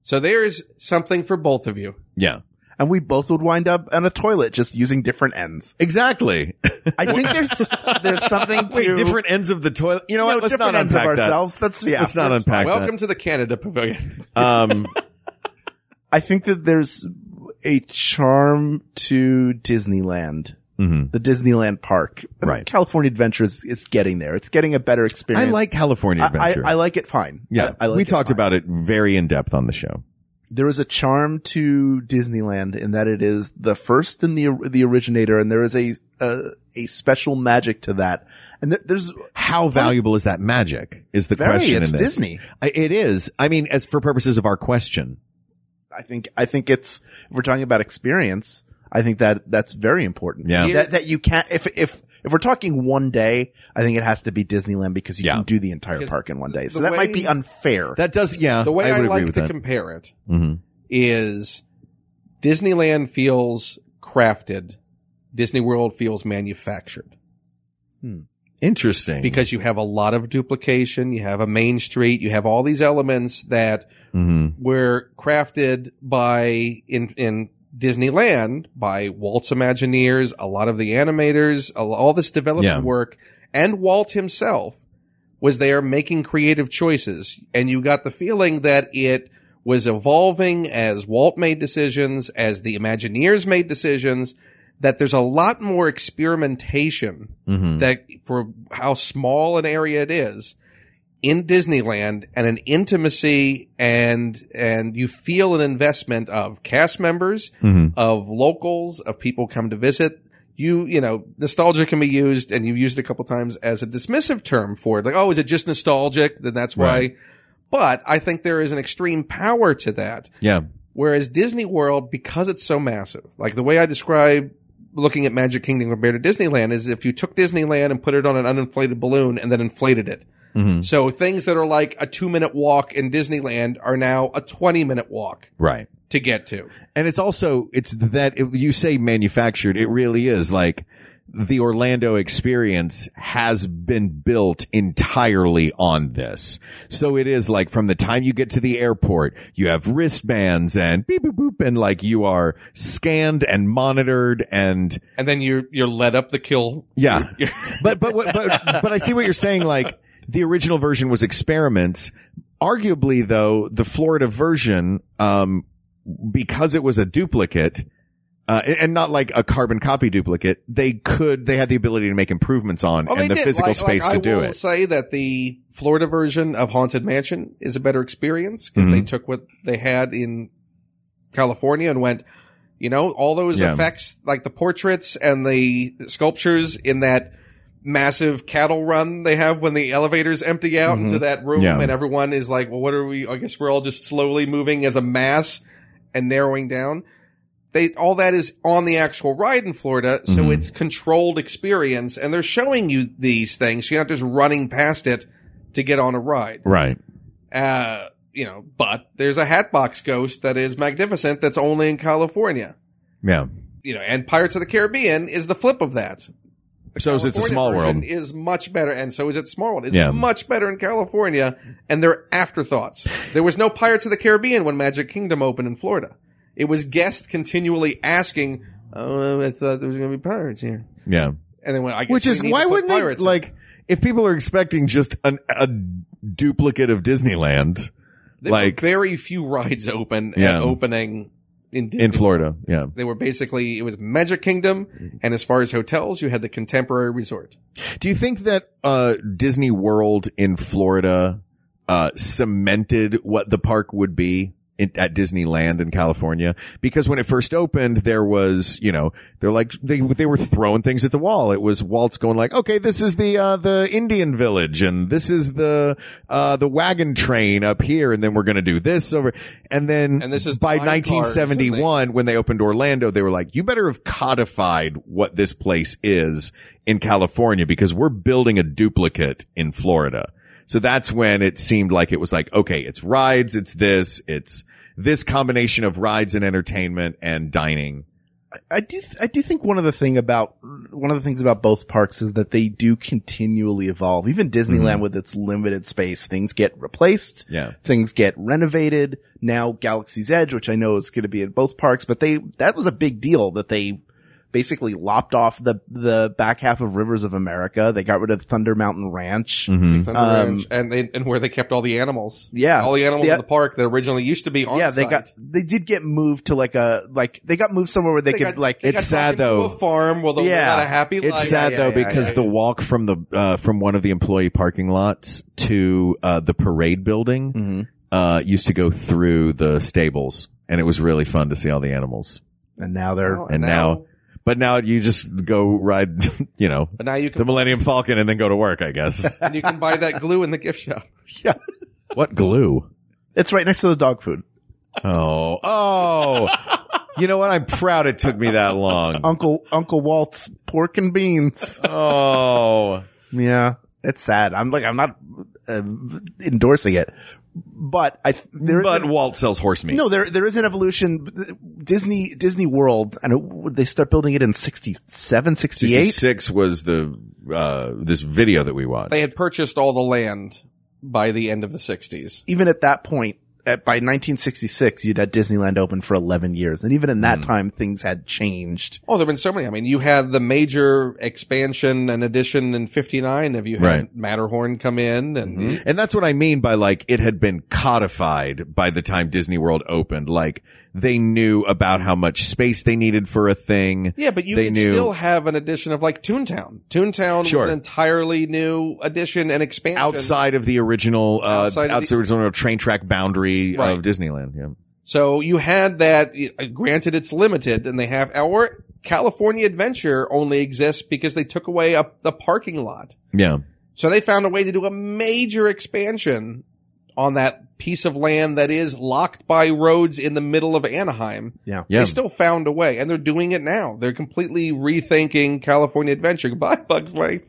So there is something for both of you. Yeah. And we both would wind up on a toilet just using different ends. Exactly. I think there's, there's something to. <laughs> Wait, different ends of the toilet. You know No, what? Let's different not ends of unpack that. ourselves. That's yeah. Let's not unpack Welcome to the Canada Pavilion. that. <laughs> <laughs> Um, I think that there's a charm to Disneyland, mhm. the Disneyland park. I mean, Right. California Adventure is, is getting there. It's getting a better I experience. like California I, Adventure. I, I like it fine. Yeah, I, I like we it talked fine. about it very in depth on the show. there is a charm to Disneyland in that it is the first and the the originator, and there is a a, a special magic to that. And th- there's How valuable is that magic? Is the very question? it's in this. Disney. I- It is. I mean, as for purposes of our question, I think I think it's if we're talking about experience. I think that that's very important. Yeah. That, that you can't, if, if, if we're talking one day, I think it has to be Disneyland because you Yeah. can do the entire Because park in one day. So the that might way- be unfair. That does, yeah. The way I, Uh, would agree like with to that. compare it Mhm. is Disneyland feels crafted, Disney World feels manufactured Interesting. because you have a lot of duplication, you have a main street, you have all these elements that Mhm. were crafted by in in Disneyland by Walt's Imagineers, a lot of the animators, a- all this development Yeah. work, and Walt himself was there making creative choices, and you got the feeling that it was evolving as Walt made decisions, as the Imagineers made decisions. That there's a lot more experimentation Mhm. that for how small an area it is in Disneyland and an intimacy and and you feel an investment of cast members, Mhm. of locals, of people come to visit. You you know, nostalgia can be used and you've used it a couple times as a dismissive term for it. Like, oh, is it just nostalgic? Then that's why Right. But I think there is an extreme power to that. Yeah. Whereas Disney World, because it's so massive, like the way I describe looking at Magic Kingdom compared to Disneyland is if you took Disneyland and put it on an uninflated balloon and then inflated it. Mhm. So things that are like a two minute walk in Disneyland are now a 20 minute walk Right. to get to. And it's also, it's that it, you say manufactured. It really is like the Orlando experience has been built entirely on this. So it is like from the time you get to the airport, you have wristbands and beep, boop, boop, and like you are scanned and monitored and And then you're, you're led up the kill. <laughs> yeah. but but what, but but I see what you're saying. Like the original version was experiments. Arguably, though, the Florida version, um, because it was a duplicate, uh, and- and not like a carbon copy duplicate, they could they had the ability to make improvements on Well, they and the did. physical Like- like, space to do I will it. say that the Florida version of Haunted Mansion is a better experience because Mm-hmm. they took what they had in California and went, you know, all those Yeah. effects, like the portraits and the sculptures in that massive cattle run they have when the elevators empty out into that room Mm-hmm. Yeah. and everyone is like, well, what are we? I guess we're all just slowly moving as a mass and narrowing down. They all that is on the actual ride in Florida, so Mhm. it's controlled experience, and they're showing you these things. So you're not just running past it to get on a ride. Right. Uh, you know, but there's a Hatbox Ghost that is magnificent. That's only in California. Yeah. You know, and Pirates of the Caribbean is the flip of that. The So is it California Small version World? Is much better, and so is it Small World. It's Yeah. much better in California, and they're afterthoughts. There was no Pirates of the Caribbean when Magic Kingdom opened in Florida. It was guests continually asking, "Oh, I thought there was going to be pirates here," Yeah. and then when I guess Which we is need to why put wouldn't pirates they in." like if people are expecting just an, a duplicate of Disneyland There like- were very few rides open Yeah. at opening in in Florida? Yeah. They were basically it was Magic Mm-hmm. Kingdom, and as far as hotels, you had the Contemporary Resort. Do you think that uh, Disney World in Florida uh, cemented what the park would be in, at Disneyland in California? Because when it first opened, there was, you know, they're like they they were throwing things at the wall. It was Walt's going like, okay, this is the uh, the Indian Village, and this is the uh, the wagon train up here, and then we're gonna do this over, and then And this is by line cars and 1971 when they opened Orlando, they were like, you better have codified what this place is in California because we're building a duplicate in Florida. So that's when it seemed like it was like, okay, it's rides, it's this, it's this combination of rides and entertainment and dining. I do, th- I do think one of the thing about, one of the things about both parks is that they do continually evolve. Even Disneyland with its limited space, things get replaced. Yeah. Things get renovated. Now Galaxy's Edge, which I know is going to be in both parks, but they, that was a big deal that they basically lopped off the, the back half of Rivers of America. They got rid of Thunder Mountain Ranch. Mm-hmm. Thunder Um, Ranch, and they and where they kept all the animals. Yeah. all the animals Yeah. in the park that originally used to be on. Yeah, they site. got, they did get moved to like a, like, they got moved somewhere where they, They could got- like, they got It's sad, taken to though. A farm where they'll Yeah. live a happy It's life. sad yeah, though yeah, yeah, because yeah. the walk from the uh, from one of the employee parking lots to uh, the parade building Mm. uh, used to go through the stables, and it was really fun to see all the animals. and now they're, Oh, and now- But now you just go ride, <laughs> you know, but now you the can Millennium Falcon and then go to work, I guess. <laughs> and you can buy that glue in the gift shop. <laughs> what glue? it's right next to the dog food. Oh, oh, You know what? I'm proud it took me that long. Uncle Uncle Walt's pork and beans. <laughs> Oh. <laughs> yeah, it's sad. I'm like I'm not uh, endorsing it, but I th- there is But an- Walt sells horse meat. no there there is an evolution. Disney Disney World and it, they start building it in 67, 68? 66 was the, uh, this video that we watched. They had purchased all the land by the end of the 60s. even at that point, at, by 1966, you'd had Disneyland open for 11 years. And even in that time, things had changed. Oh, there have been so many. I mean, you had the major expansion and addition in 59. Have you had Right. Matterhorn come in and And that's what I mean by like it had been codified by the time Disney World opened. Like they knew about how much space they needed for a thing. Yeah, but you They can knew- still have an addition of like Toontown. Toontown Sure. was an entirely new addition and expansion. Outside of the original, uh, outside, Outside of the- of the original train track boundary Right. of Disneyland. Yeah. So you had that. uh, Granted, it's limited, and they have our California Adventure only exists because they took away a, the parking lot. Yeah. So they found a way to do a major expansion on that piece of land that is locked by roads in the middle of Anaheim. Yeah. They still found a way, and they're doing it now. They're completely rethinking California Adventure. Goodbye, Bugs Life.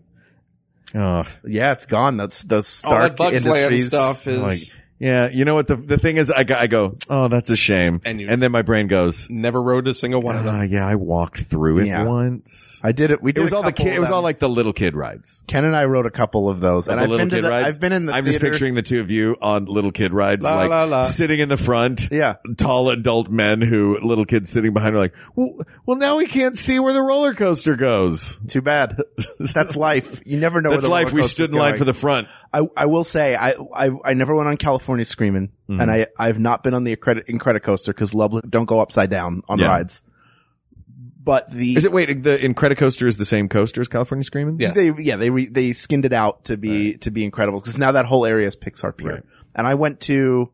Ugh. Yeah, it's gone. That's the All that Stark Bugs Land Industries stuff is. like, yeah. You know what? The, the thing is, I, go- I go, oh, that's a shame. And, And you- then my brain goes, Never rode a single one of them. "Ah, yeah, I walked through it Yeah. once. I did it. We did it was a all the couple kid, of it was them. all like the little kid rides. Ken and I wrote a couple of those, and the I've little been to kid the, rides. I've been in the I'm just theater. picturing the two of you on little kid rides, La, like la, la. sitting in the front. Yeah. Tall adult men who little kids sitting behind are like, well, well, now we can't see where the roller coaster goes. Too bad. <laughs> That's life. You never know. where That's the life. roller We coaster's stood in line going. for the front. I, I will say I, I I never went on California Screaming, Mm-hmm. and I I've not been on the Incredi- Incredicoaster because love don't go upside down on Yeah. rides. But the Is it wait? The Incredicoaster is the same coaster as California Screaming. Yeah. They yeah they re, they skinned it out to be to be incredible because now that whole area is Pixar Pier. Right. And I went to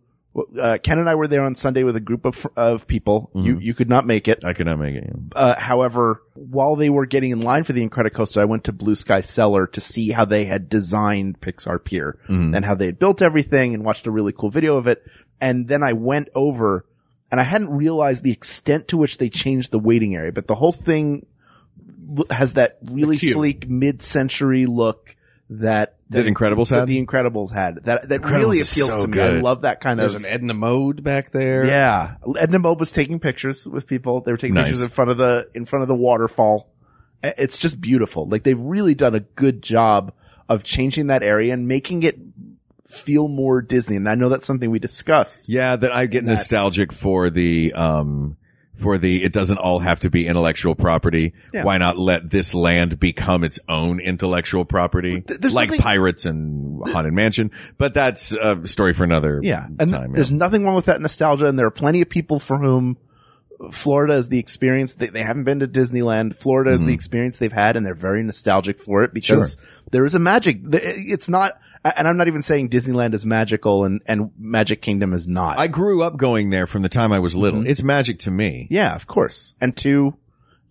uh, Ken and I were there on Sunday with a group of of people. You Mm-hmm. you could not make it. I could not make it. Uh, however, while they were getting in line for the Incredicoaster, I went to Blue Sky Cellar to see how they had designed Pixar Pier Mm-hmm. and how they had built everything and watched a really cool video of it. And then I went over and I hadn't realized the extent to which they changed the waiting area, but the whole thing l- has that really queue. sleek mid-century look that, That Incredibles that had? the Incredibles had that that Incredibles really is appeals so to me. I good. love that kind There's of an Edna Mode back there. yeah, Edna Mode was taking pictures with people. They were taking Nice. pictures in front of the in front of the waterfall. I- It's just beautiful. Like they've really done a good job of changing that area and making it feel more Disney. And I know that's something we discussed. Yeah, that I get nostalgic for the um for the it doesn't all have to be intellectual property. Yeah. Why not let this land become its own intellectual property, th- there's like nothing- pirates and haunted mansion? But that's a story for another. Yeah, and and th- time. yeah. there's nothing wrong with that nostalgia. And there are plenty of people for whom Florida is the experience they, they haven't been to Disneyland. Florida is Mm-hmm. the experience they've had, and they're very nostalgic for it because there is a magic. th- It's not. And I'm not even saying Disneyland is magical and, and Magic Kingdom is not. I grew up going there from the time I was little. It's magic to me. Yeah, of course. And to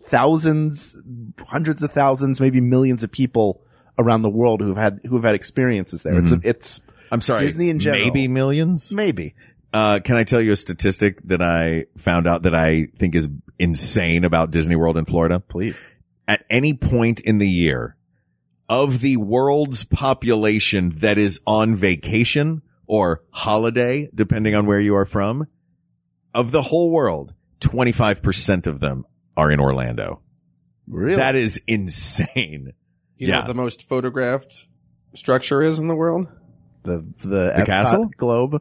thousands, hundreds of thousands, maybe millions of people around the world who've had who've had experiences there. Mm-hmm. It's it's I'm sorry, Disney in general. maybe millions. maybe Uh, can I tell you a statistic that I found out that I think is insane about Disney World in Florida? please. at any point in the year of the world's population that is on vacation or holiday, depending on where you are from, of the whole world, 25% of them are in Orlando. Really? That is insane. You know Yeah. what the most photographed structure is in the world? the the, Epcot castle? globe.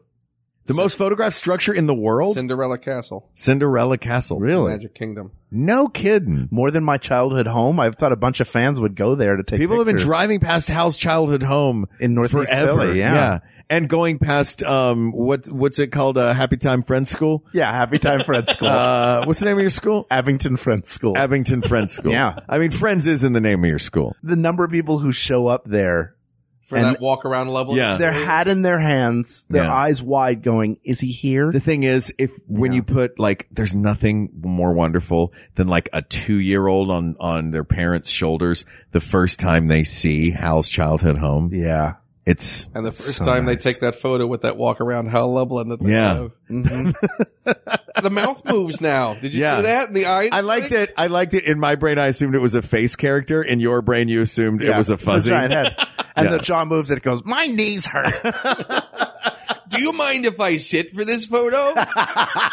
The most photographed structure in the world? Cinderella Castle. Cinderella Castle. Really? Magic Kingdom. No kidding. More than my childhood home, I thought a bunch of fans would go there to take People have been pictures. driving past Hal's childhood home in Northeast forever. Philly. Yeah. yeah, And going past, um, what, what's it called? Uh, Happy Time Friends School? Happy time <laughs> Friends School, Uh, what's the name of your school? Abington Friends School. Abington Friends School. Yeah. I mean, Friends is in the name of your school. the number of people who show up there For And- that walk around level. Yeah. their hat in their hands, their Yeah. eyes wide, going, "Is he here?" The thing is, if when Yeah. you put like, there's nothing more wonderful than like a two year old on, on their parents' shoulders the first time they see Hal's childhood home. Yeah, It's, And the first So time nice. they take that photo with that walk around Hal Lublin that they Yeah. have. Mm-hmm. <laughs> the mouth moves now. Did you Yeah. see that? And the eyes. I liked it. I liked it. In my brain, I assumed it was a face character. In your brain, you assumed it Yeah, was a it's fuzzy. giant head. <laughs> And Yeah. the jaw moves and it goes, my knees hurt. <laughs> Do you mind if I sit for this photo?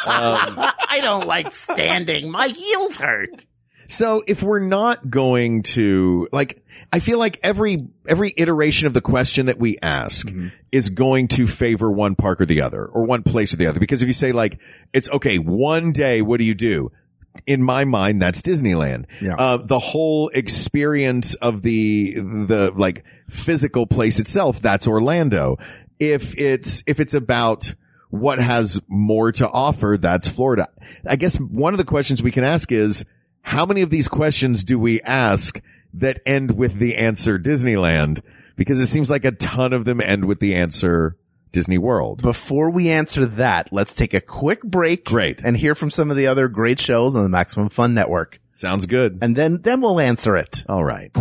I don't like standing. My heels hurt. So if we're not going to like, I feel like every every iteration of the question that we ask is going to favor one park or the other, or one place or the other. Because if you say like, it's okay, one day, what do you do? In my mind, that's Disneyland. Yeah. Uh, the whole experience of the the like physical place itself, that's Orlando. If it's if it's about what has more to offer, that's Florida. I guess one of the questions we can ask is how many of these questions do we ask that end with the answer Disneyland? Because it seems like a ton of them end with the answer Disney World. Before we answer that, let's take a quick break. Great. And hear from some of the other great shows on the Maximum Fun Network. Sounds good. And then, then we'll answer it. All right.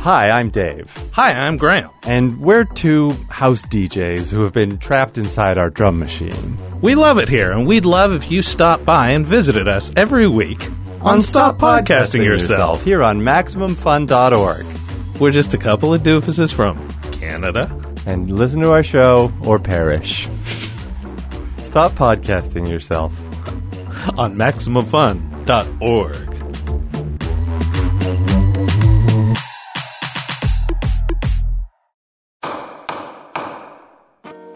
Hi, I'm Dave. Hi, I'm Graham. And we're two house DJs who have been trapped inside our drum machine. We love it here, and we'd love if you stopped by and visited us every week on Stop Podcasting Yourself. here on MaximumFun.org. We're just a couple of doofuses from Canada. And listen to our show or perish. <laughs> Stop podcasting yourself. on MaximumFun.org.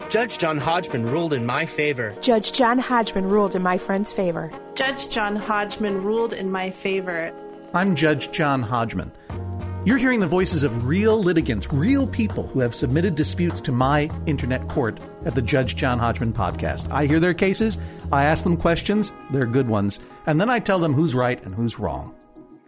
Judge John Hodgman ruled in my favor. Judge John Hodgman ruled in my friend's favor. Judge John Hodgman ruled in my favor. I'm Judge John Hodgman. You're hearing the voices of real litigants, real people who have submitted disputes to my internet court at the Judge John Hodgman podcast. I hear their cases, I ask them questions, they're good ones, and then I tell them who's right and who's wrong.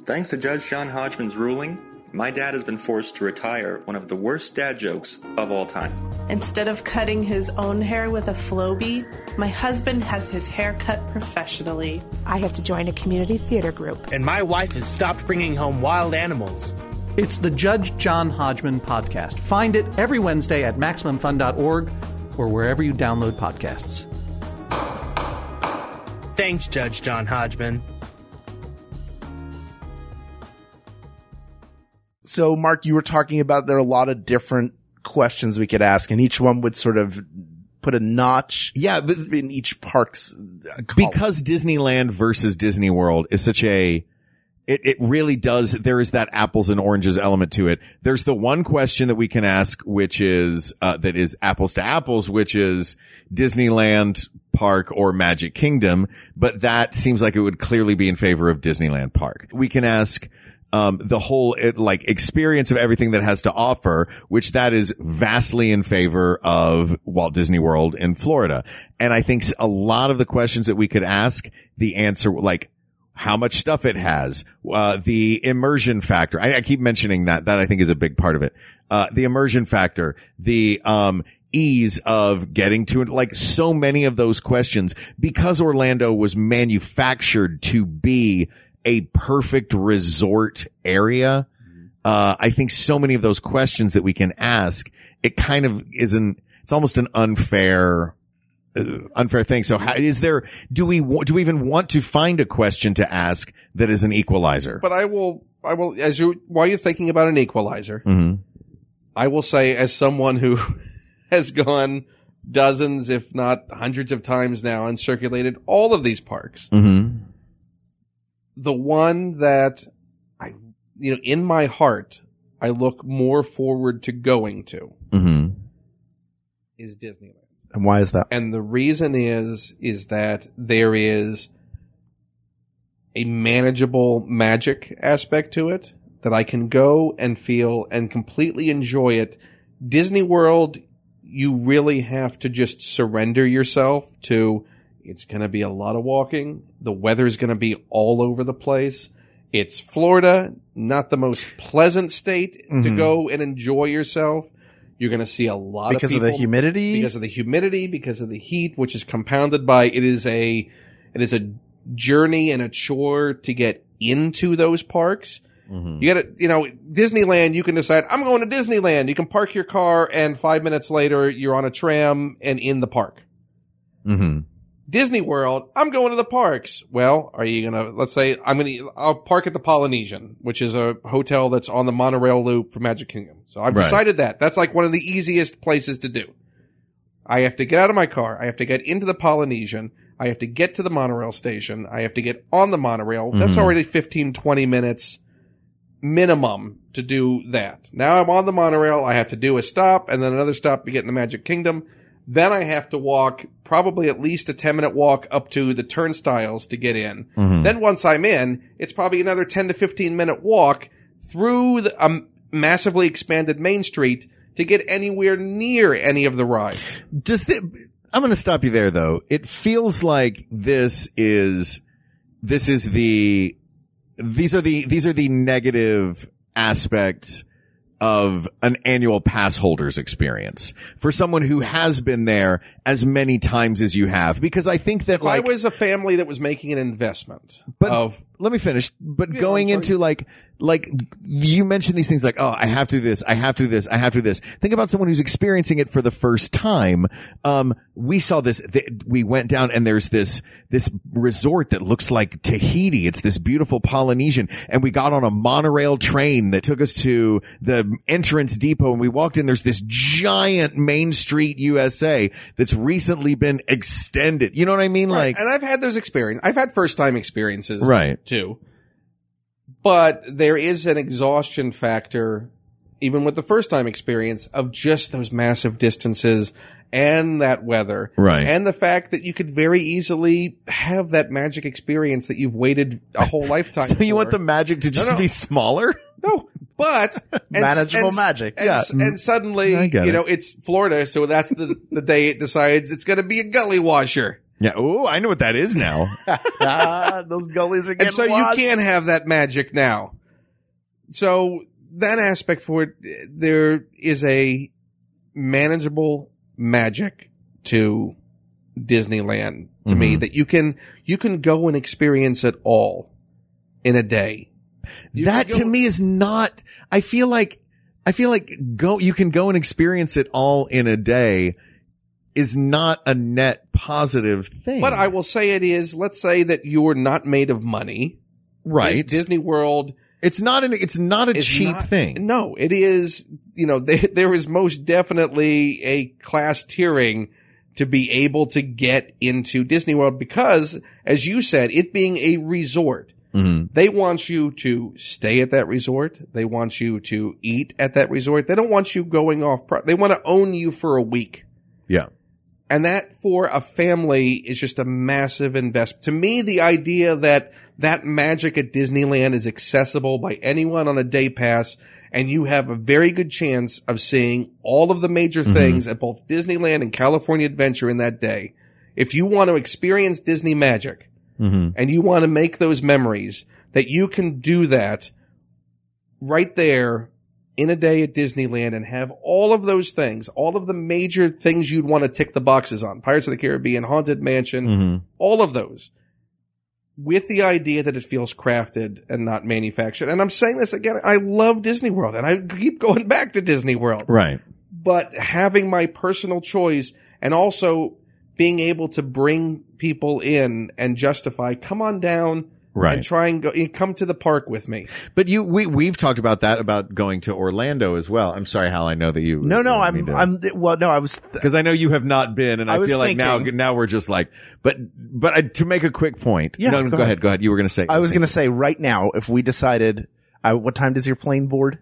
Thanks to Judge John Hodgman's ruling, my dad has been forced to retire one of the worst dad jokes of all time. Instead of cutting his own hair with a flowbee, my husband has his hair cut professionally. I have to join a community theater group. And my wife has stopped bringing home wild animals. It's the Judge John Hodgman podcast. Find it every Wednesday at MaximumFun.org or wherever you download podcasts. Thanks, Judge John Hodgman. So, Mark, you were talking about there are a lot of different questions we could ask, and each one would sort of put a notch Yeah, but in each park's uh, column. because Disneyland versus Disney World is such a it, it really does there is that apples and oranges element to it. There's the one question that we can ask which is uh, that is apples to apples which is Disneyland Park or Magic Kingdom, but that seems like it would clearly be in favor of Disneyland Park. We can ask um, the whole it, like experience of everything that has to offer, which that is vastly in favor of Walt Disney World in Florida. And I think s- a lot of the questions that we could ask, the answer like how much stuff it has, uh, the immersion factor. I, I keep mentioning that. That I think is a big part of it. Uh, the immersion factor, the um, ease of getting to it, like so many of those questions, because Orlando was manufactured to be a perfect resort area. Uh, I think so many of those questions that we can ask, it kind of isn't. It's almost an unfair uh, unfair thing. So how is there, do we, wa- do we even want to find a question to ask that is an equalizer? But I will, I will, as you, while you're thinking about an equalizer, Mhm. I will say, as someone who <laughs> has gone dozens, if not hundreds of times now and circulated all of these parks, Mm-hmm. the one that I, you know, in my heart, I look more forward to going to Mm-hmm. is Disneyland. and why is that? And the reason is, is that there is a manageable magic aspect to it that I can go and feel and completely enjoy it. Disney World, you really have to just surrender yourself to it's going to be a lot of walking. The weather's going to be all over the place. It's Florida, not the most pleasant state to Mhm. go and enjoy yourself. You're going to see a lot Because of of, people the humidity? because of the humidity, because of the heat, which is compounded by it is a it is a journey and a chore to get into those parks. You gotta, you know, Disneyland, you can decide, I'm going to Disneyland. You can park your car and five minutes later, you're on a tram and in the park. Mm-hmm. Disney World, I'm going to the parks. Well, are you gonna, let's say I'm gonna, I'll park at the Polynesian, which is a hotel that's on the monorail loop for Magic Kingdom. So I've Right. decided that. That's like one of the easiest places to do. I have to get out of my car. I have to get into the Polynesian. I have to get to the monorail station. I have to get on the monorail. That's Mhm. already 15, 20 minutes minimum to do that. Now I'm on the monorail. I have to do a stop and then another stop to get in the Magic Kingdom. Then I have to walk probably at least a 10 minute walk up to the turnstiles to get in. Mhm. Then once I'm in, it's probably another 10 to 15 minute walk through the um, massively expanded Main Street to get anywhere near any of the rides. Does the, I'm going to stop you there though. It feels like this is, this is the, these are the, these are the negative aspects of an annual pass holder's experience for someone who has been there as many times as you have, because I think that If like, I was a family that was making an investment but of let me finish. But going into like, like you mentioned these things like, oh, I have to do this. I have to do this. I have to do this. Think about someone who's experiencing it for the first time. Um, we saw this, th- we went down and there's this, this resort that looks like Tahiti. It's this beautiful Polynesian and we got on a monorail train that took us to the entrance depot and we walked in. There's this giant main street USA that's recently been extended. You know what I mean? Right, Like, and I've had those experience. I've had first time experiences, Right. Too, but there is an exhaustion factor, even with the first time experience of just those massive distances and that weather, Right. And the fact that you could very easily have that magic experience that you've waited a whole <laughs> lifetime. so you want for. the magic to just be smaller? <laughs> but and- Manageable and- magic. and- Yeah. and suddenly I get you it. know it's Florida, so that's the the day it decides it's going to be a gully washer. Yeah. Oh, I know what that is now. ah, those gullies are getting and so washed. you can have that magic now. So that aspect for it, there is a manageable magic to Disneyland to me that you can you can go and experience it all in a day. that to me is not, I feel like, I feel like go, you can go and experience it all in a day is not a net positive thing. But I will say it is. Let's say that you are not made of money, Right. Dis- Disney World. It's not an. It's not a cheap thing. No, it is. You know, <laughs> there, there is most definitely a class tiering to be able to get into Disney World because, as you said, it being a resort, they want you to stay at that resort. They want you to eat at that resort. They don't want you going off. Pro- they want to own you for a week. Yeah. And that for a family is just a massive investment. To me, the idea that that magic at Disneyland is accessible by anyone on a day pass and you have a very good chance of seeing all of the major things at both Disneyland and California Adventure in that day. If you want to experience Disney magic, Mm-hmm. and you want to make those memories, that you can do that right there in a day at Disneyland and have all of those things, all of the major things you'd want to tick the boxes on Pirates of the Caribbean, Haunted Mansion, all of those. With the idea that it feels crafted and not manufactured. And I'm saying this again, I love Disney World and I keep <laughs> going back to Disney World Right. but having my personal choice and also being able to bring people in and justify, come on down Right. and try and go, and come to the park with me. But you, we, we've talked about that about going to Orlando as well. I'm sorry, Hal. I know that you. No, no, I I'm, mean to- I'm, well, no, I was, because I know you have not been, and I I, was feel like now, thinking- now we're just like, but, but I, to make a quick point. Yeah, No, go go, ahead. ahead. Go ahead. You were going to say. I was going to say right now, if we decided, I, what time does your plane board?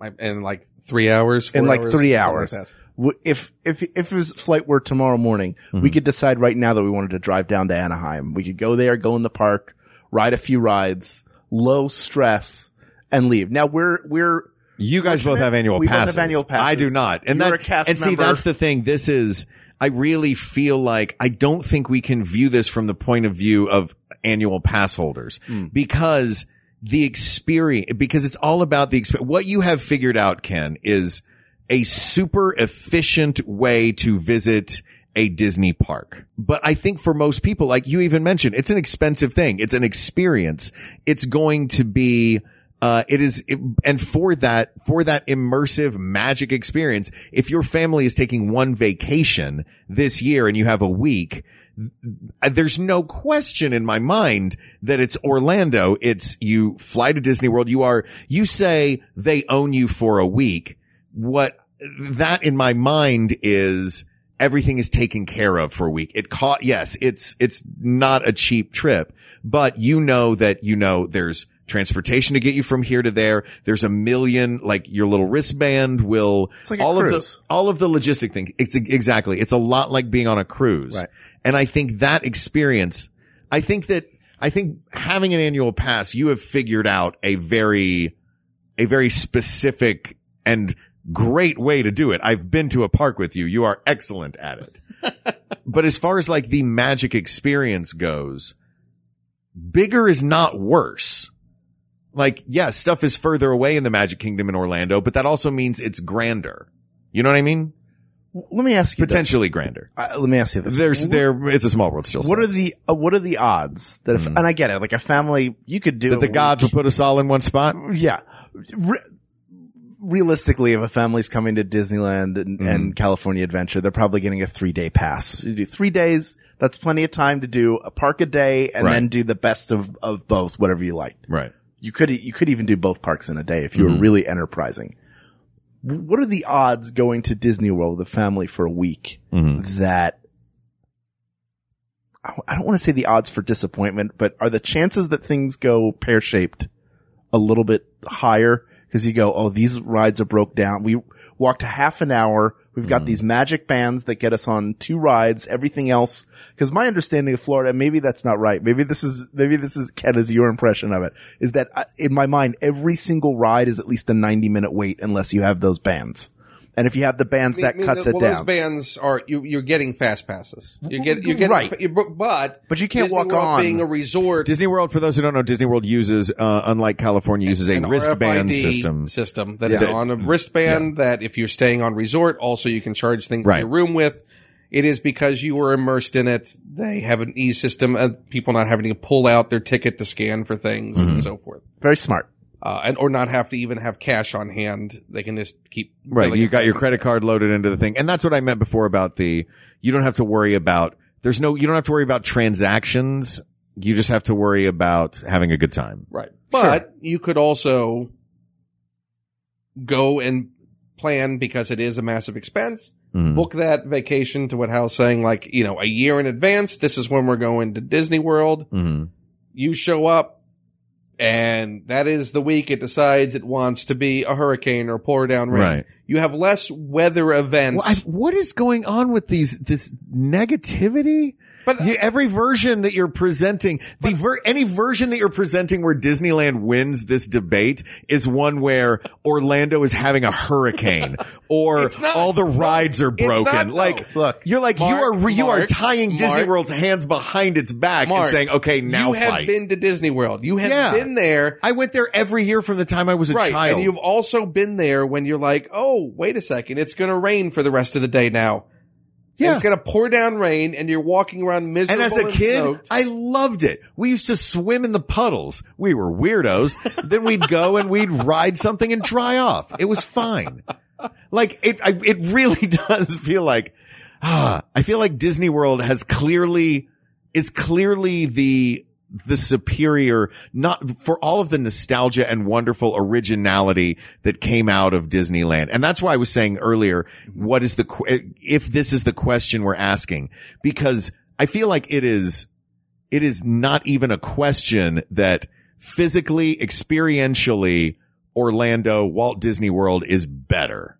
I- In like three hours, four in like hours, three something like hours. that. W- if if if his flight were tomorrow morning, we Mm-hmm. could decide right now that we wanted to drive down to Anaheim. We could go there, go in the park, ride a few rides, low stress, and leave. Now we're we're You guys both have annual we both have passes. annual passes. I do not. And You're that, a cast and see, member. that's the thing. This is, I really feel like I don't think we can view this from the point of view of annual pass holders Hmm. because the experience, because it's all about the experience. What you have figured out, Ken, is a super efficient way to visit a Disney park. But I think for most people, like you even mentioned, it's an expensive thing. It's an experience. It's going to be, Uh, it is, it- and for that, for that immersive magic experience, if your family is taking one vacation this year and you have a week, uh, there's no question in my mind that it's Orlando. It's you fly to Disney World. You are, you say they own you for a week. What that in my mind is everything is taken care of for a week. It caught, yes, it's, it's not a cheap trip, but you know that, you know, there's transportation to get you from here to there. There's a million, like your little wristband will, It's like a all of cruise. the, all of the logistic things. It's exactly. It's a lot like being on a cruise. Right. And I think that experience, I think that, I think having an annual pass, you have figured out a very, a very specific and great way to do it. I've been to a park with you. You are excellent at <laughs> it. but as far as like the magic experience goes, bigger is not worse. Like, yeah, stuff is further away in the Magic Kingdom in Orlando, but that also means it's grander. You know what I mean? Let me ask you this. potentially grander. Uh, let me ask you this. There's there. It's a small world still. What are the uh, what are the odds that Mm-hmm. if and I get it like a family you could do That the gods will put us all in one spot. Yeah. Re- realistically, if a family's coming to Disneyland and, and California Adventure, they're probably getting a three day pass. So you do three days. That's plenty of time to do a park a day and Right. then do the best of, of both, whatever you like. Right. You could, you could even do both parks in a day if you were Mhm. really enterprising. W- What are the odds going to Disney World with a family for a week that I I don't want to say the odds for disappointment, but are the chances that things go pear shaped a little bit higher? Cause you go, Oh, these rides are broke down. We walked a half an hour. We've Hmm. got these magic bands that get us on two rides, everything else. Cause my understanding of Florida, and maybe that's not right. Maybe this is, maybe this is, Ken, is your impression of it is that I, in my mind, every single ride is at least a 90 minute wait unless you have those bands. And if you have the bands, I that mean, cuts well, it those down. bands are you, you're getting fast passes. You get you get Right. you- Mm-hmm. but But you can't Disney walk World on. being a resort Disney World, for those who don't know, Disney World uses, uh, unlike California, uses a an wristband RFID system. system that is Yeah. on a wristband that if you're staying on resort, also you can charge things Right. in your room with. It is because you were immersed in it. They have an e system of people not having to pull out their ticket to scan for things Mm-hmm. and so forth, Very smart. uh, and or not have to even have cash on hand. They can just keep Right. billing you it. got your credit card loaded into the thing. And that's what I meant before about the, you don't have to worry about, there's no, you don't have to worry about transactions. You just have to worry about having a good time. Right. But you could also go and plan because it is a massive expense. Mhm. Book that vacation to what Hal's saying, like, you know, a year in advance. This is when we're going to Disney World. Mhm. You show up and that is the week it decides it wants to be a hurricane or pour down rain. Right. You have less weather events. Well, I, what is going on with these, this negativity? But uh, every version that you're presenting, the ver- any version that you're presenting where Disneyland wins this debate is one where Orlando is having a <laughs> hurricane or all the rides are It's not, broken. though. like, Look, you're like Mark- you are re- you are Mark- tying Disney Mark- World's hands behind its back Mark, and saying, okay, now you have fight. been to Disney World. You have Yeah. been there. I went there every year from the time I was a right. child. And you've also been there when you're like, oh, wait a second, it's going to rain for the rest of the day now. Yeah. it's going to pour down rain and you're walking around miserable. And as a kid, soaked. I loved it. We used to swim in the puddles. We were weirdos. then we'd go and we'd ride something and dry off. It was fine. Like it, I, it really <laughs> does feel like, ah, I feel like Disney World has clearly, is clearly the, the superior, not for all of the nostalgia and wonderful originality that came out of Disneyland. And that's why I was saying earlier, what is the, que- if this is the question we're asking, because I feel like it is, it is not even a question that physically, experientially, Orlando, Walt Disney World is better.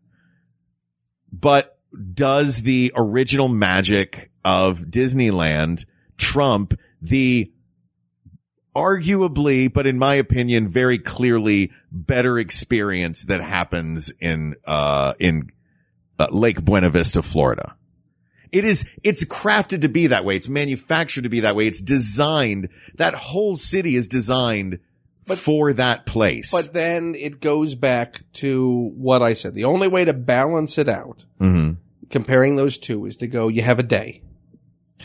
But does the original magic of Disneyland trump the arguably, but in my opinion, very clearly better experience that happens in, uh, in uh, Lake Buena Vista, Florida? It is, it's crafted to be that way. It's manufactured to be that way. It's designed. That whole city is designed for that place. but then it goes back to what I said. The only way to balance it out, Mhm. comparing those two, is to go, you have a day.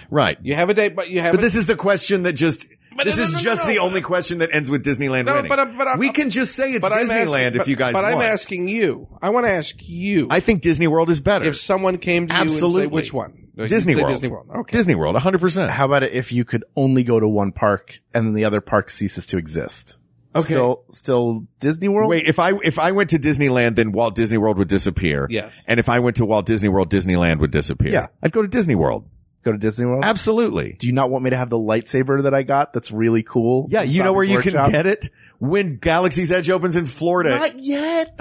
Right. You have a day, but you have But a this is the question that just this no, is no, no, just no. the only question that ends with Disneyland No, winning. but, uh, but I'm- we can just say it's But I'm Disneyland asking- if you but- guys But I'm want. asking you. I want to ask you. I think Disney World is better. If someone came to you Absolutely. and say which one, You'd Disney say World. Disney World. Okay. Disney World, 100%. How about if you could only go to one park and then the other park ceases to exist? Okay. Still, still Disney World? Wait, if I if I went to Disneyland, then Walt Disney World would disappear. Yes. And if I went to Walt Disney World, Disneyland would disappear. Yeah. I'd go to Disney World. Go to Disney World? Absolutely. Do you not want me to have the lightsaber that I got that's really cool? Yeah, from you know where Santa's you can Workshop? get it when Galaxy's Edge opens in Florida. Not yet.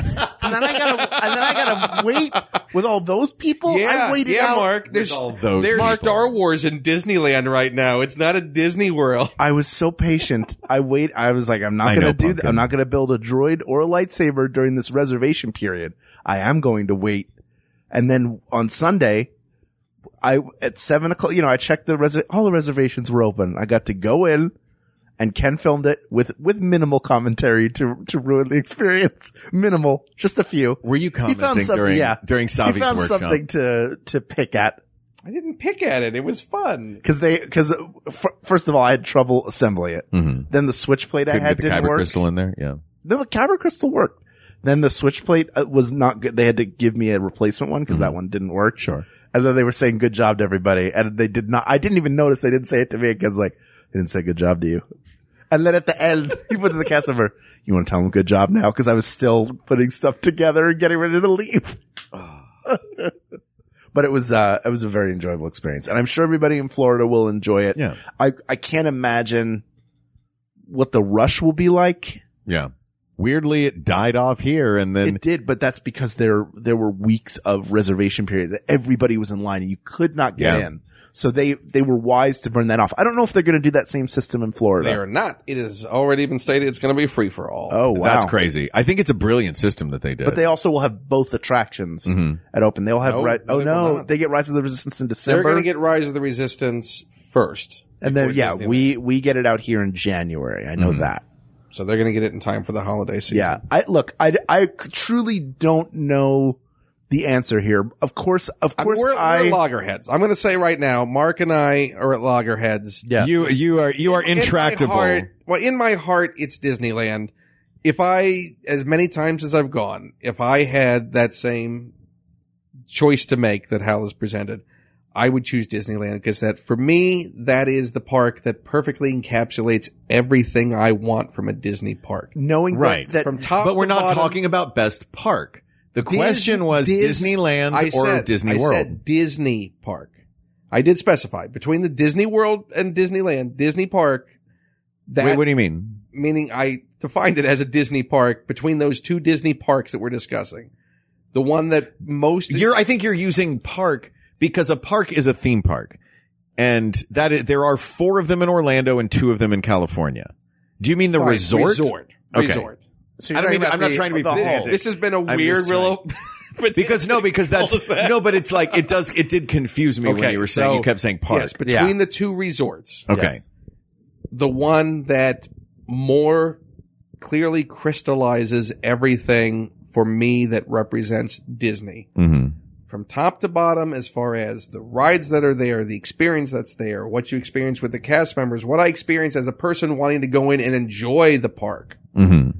and then I gotta, and then I gotta wait with all those people. Yeah, I waited yeah, out. Mark. There's those there's people. Star Wars in Disneyland right now. It's not a Disney World. <laughs> I was so patient. I wait. I was like, I'm not I gonna know, do that. Pumpkin. I'm not gonna build a droid or a lightsaber during this reservation period. I am going to wait. And then on Sunday, I at seven o'clock. You know, I checked the res. All the reservations were open. I got to go in. And Ken filmed it with, with minimal commentary to, to ruin the experience. <laughs> Minimal. Just a few. Were you He found commenting something, during- yeah. during Savi's He found workshop? something to, to pick at. I didn't pick at it. It was fun. Cause they, cause uh, f- first of all, I had trouble assembling it. Mhm. Then the switch plate I Couldn't had get the didn't Kyber work. crystal in there. Yeah. Then the Kyber crystal worked. Then the switch plate uh, was not good. They had to give me a replacement one because that one didn't work. Mm-hmm. Sure. And then they were saying good job to everybody. And they did not, I didn't even notice they didn't say it to me. Ken's like, they didn't say good job to you. And then at the end, <laughs> he went to the cast member, you want to tell them good job now? Cause I was still putting stuff together and getting ready <sighs> to leave. but it was, uh, it was a very enjoyable experience. And I'm sure everybody in Florida will enjoy it. Yeah. I, I can't imagine what the rush will be like. Yeah. Weirdly, it died off here and <laughs> then It did, but that's because there there were weeks of reservation period that everybody was in line and you could not get Yeah. in. So they they were wise to burn that off. I don't know if they're going to do that same system in Florida. They are not. It has already been stated it's going to be free for all. oh wow, that's crazy. I think it's a brilliant system that they did. But they also will have both attractions Mhm. at open. They'll have Mm-hmm. No, right. no, Oh they will no, not. they get Rise of the Resistance in They're December. going to get Rise of the Resistance first, and then before Mm-hmm. yeah, Disneyland. we we get it out here in January. I know that. so they're going to get it in time for the holiday season. Yeah. I look, I I truly don't know the answer here. Of course, of I mean, course we're, I we're at loggerheads. I'm going to say right now, Mark and I are at loggerheads. Yeah. you you are you are In my intractable. heart- well, in my heart, it's Disneyland. If I, as many times as I've gone, if I had that same choice to make that Hal has presented, I would choose Disneyland because that, for me, that is the park that perfectly encapsulates everything I want from a Disney park. knowing that- Right. that, From top, but we're to not bottom, talking about best park. The Dis- question was Dis- Disneyland I or said- Disney I World. said Disney Park. I did specify between the Disney World and Disneyland, Disney Park. That Wait, what do you mean? meaning I defined it as a Disney park between those two Disney parks that we're discussing. The one that most You're I think you're using park because a park is a theme park. And that is, there are four of them in Orlando and two of them in California. Do you mean the Fine, resort? resort, Okay. resort. So you're I don't talking mean- about I'm not trying to be the whole- pedantic. This has been a I'm weird just trying- real. <laughs> but Because no, <laughs> because that's that. no, but it's like it does it did confuse me when you were saying so- you kept saying park. Yes, between the two resorts, okay. the one that more clearly crystallizes everything for me that represents Disney. Mm-hmm. from top to bottom as far as the rides that are there, the experience that's there, what you experience with the cast members, what I experience as a person wanting to go in and enjoy the park. Mm-hmm.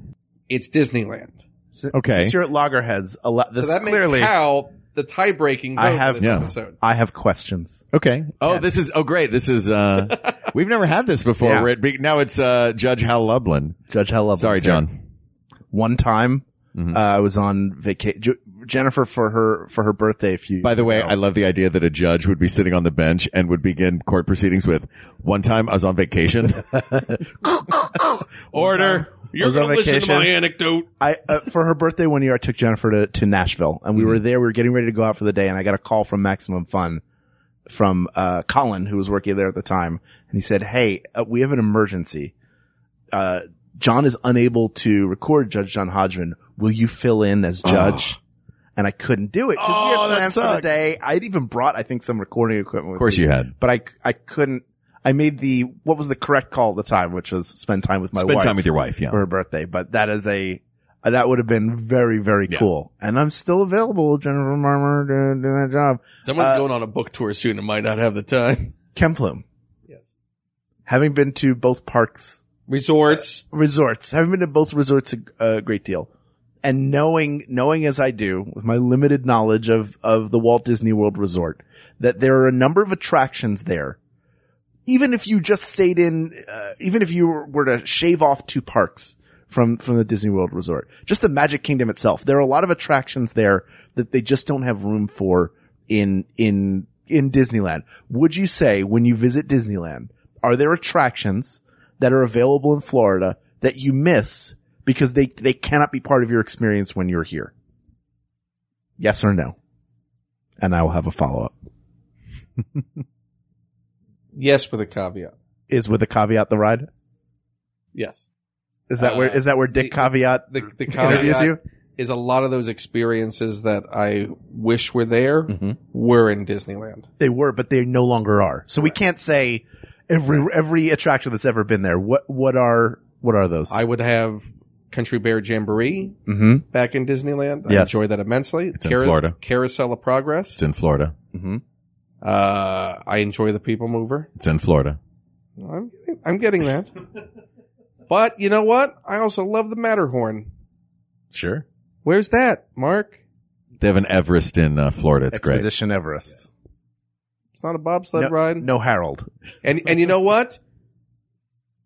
It's Disneyland. Si- Okay. Since you're at loggerheads, a lot, this so that clearly, makes how the tie breaking I have- this yeah. episode. I have questions. Okay. Oh, this is oh great. This is <laughs> uh we've never had this before. Yeah. We're at big- now it's uh Judge Hal Lublin. Judge Hell up. Sorry, John. One time, Mhm. uh, I was on vacation. Jennifer for her for her birthday. If you By the way, I love the idea that a judge would be sitting on the bench and would begin court proceedings with, "One time I was on <laughs> vacation." Order. You're gonna listen to my anecdote. I uh, for her birthday one year, I took Jennifer to, to Nashville, and we Mm-hmm. were there. We were getting ready to go out for the day, and I got a call from Maximum Fun from uh, Colin, who was working there at the time, and he said, "Hey, uh, we have an emergency. Uh, John is unable to record Judge John Hodgman. Will you fill in as judge?" And I couldn't do it because we Oh, had that plans for the sucks. day. I'd even brought, I think, some recording equipment. Of course you had. but I, I couldn't. I made the what was the correct call at the time, which was spend time with my Spend wife time with your wife. Yeah. for her birthday, but that is a uh, that would have been very very Yeah. cool. And I'm still available, Jennifer Marmer, to do that job. Someone's Uh, going on a book tour soon and might not have the time. Ken Plume. Yes. Having been to both parks, resorts, resorts. Having been to both resorts a, a great deal, and knowing knowing as I do with my limited knowledge of of the Walt Disney World Resort that there are a number of attractions there. Even if you just stayed in, uh, even if you were to shave off two parks from from the Disney World Resort, just the Magic Kingdom itself, there are a lot of attractions there that they just don't have room for in in in Disneyland. Would you say when you visit Disneyland, are there attractions that are available in Florida that you miss because they they cannot be part of your experience when you're here? Yes or no? And I will have a follow up. Yes, with a caveat. Is with a caveat the ride? Yes. Is that where is that where Dick caveat Uh, the, the interviews caveat you? is a lot of those experiences that I wish were there Mm-hmm. were in Disneyland. They were, but they no longer are. So we can't say every every attraction that's ever been there. What what are what are those? I would have Country Bear Jamboree mm-hmm. back in Disneyland. I Yes. enjoy that immensely. It's in Florida. Carousel of Progress. It's in Florida. Mm-hmm. Uh, I enjoy the People Mover. It's in Florida. I'm getting, I'm getting that. <laughs> but you know what? I also love the Matterhorn. Sure. Where's that, Mark? They have an Everest in uh, Florida. It's great. Expedition Everest. It's not a bobsled No- ride. No Harold. <laughs> And and you know what?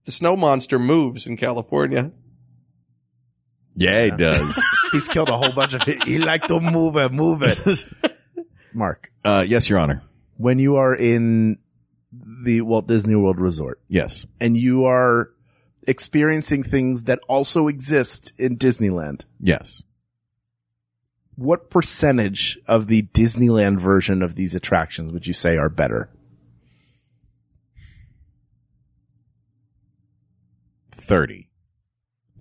The snow monster moves in California. Yeah, it does. He's killed a whole bunch of <laughs> it. <laughs> He like to move it, move it. Mark, <laughs> uh, yes, Your Honor. when you are in the Walt Disney World Resort Yes. and you are experiencing things that also exist in Disneyland, Yes. what percentage of the Disneyland version of these attractions would you say are better? 30.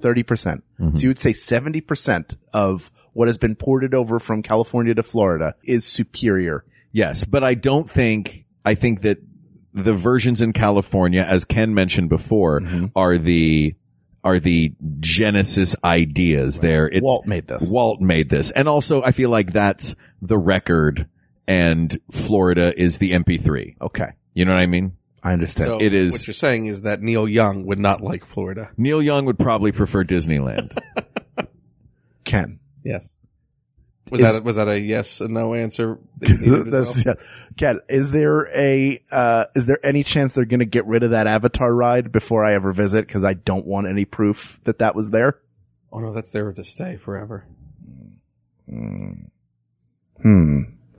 30%. percent So you would say 70% of what has been ported over from California to Florida is superior. Yes, but I don't think I think that the versions in California, as Ken mentioned before, are the are the Genesis ideas. There, it's, Walt made this. Walt made this, and also I feel like that's the record, and Florida is the MP3. Okay. You know what I mean? I understand. So it What you're is. saying is that Neil Young would not like Florida. Neil Young would probably prefer <laughs> Disneyland. Ken. Yes. Was Is- that a, was that a yes and no answer? <laughs> that you needed as That's, well? yeah. Ken, is there a uh, is there any chance they're going to get rid of that Avatar ride before I ever visit? Because I don't want any proof that that was there. Oh no, that's there to stay forever. Hmm.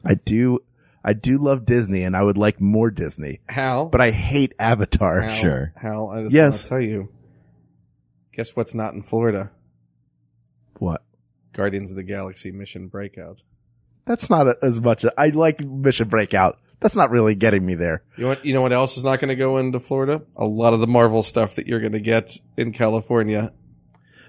I do. I do love Disney, and I would like more Disney, Hal, but I hate Avatar. Hal, Hal, I just Yes. want to tell you. Guess what's not in Florida? What? Guardians of the Galaxy Mission Breakout. That's not a, as much. I like Mission Breakout. That's not really getting me there. You know what? You know what else is not going to go into Florida? A lot of the Marvel stuff that you're going to get in California.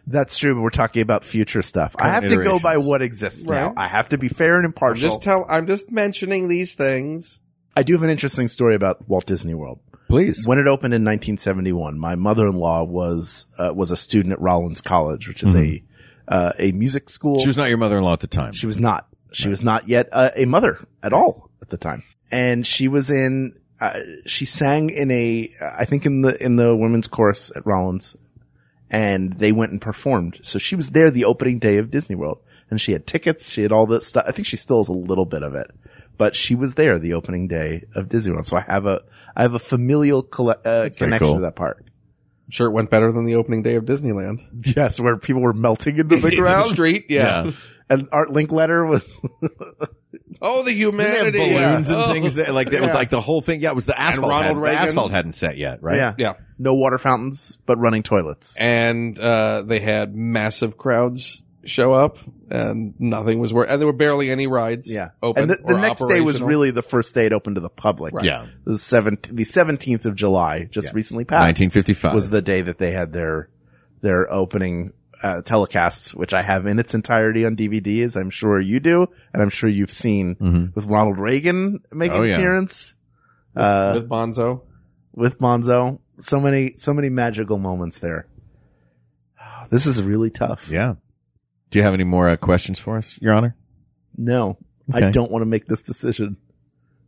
That's true, but we're talking about future stuff. I have to go by what exists now. Right. I have to be fair and I'm impartial. just tell. I'm just mentioning these things. I do have an interesting story about Walt Disney World. Please. When it opened in 1971, my mother-in-law was uh, was a student at Rollins College, which Hmm. is a uh, a music school. She was not your mother-in-law at the time. She was not. She was not yet uh, a mother at all at the time, and she was in. Uh, she sang in a, I think in the in the women's chorus at Rollins, and they went and performed. So she was there the opening day of Disney World, and she had tickets. She had all the stuff. I think she still has a little bit of it, but she was there the opening day of Disney World. So I have a I have a familial colle- uh, pretty connection cool. to that park. I'm sure, it went better than the opening day of Disneyland. <laughs> Yes, where people were melting into <laughs> the <laughs> Into ground, street. Yeah. and Art Linkletter was Oh, the humanity. They had balloons yeah. and Oh. things that like that was like the whole thing. Yeah, it was the asphalt. Ronald had- Reagan. The asphalt hadn't set yet, right? yeah Yeah. no water fountains, but running toilets. and uh, they had massive crowds show up, and nothing was worth. And there were barely any rides. Yeah. open. and the, the or next day was operational. really the first day it opened to the public. Right. Yeah. The seventh, the 17th of July, just recently passed, 1955. was the day that they had their, their opening uh, telecast, which I have in its entirety on DVD, as I'm sure you do. And I'm sure you've seen with Ronald Reagan making Mm-hmm. Oh, an yeah. appearance, uh, with Bonzo. with Monzo. So many, so many magical moments there. <sighs> This is really tough. Yeah. Do you have any more uh, questions for us, Your Honor? No, I Okay. don't want to make this decision.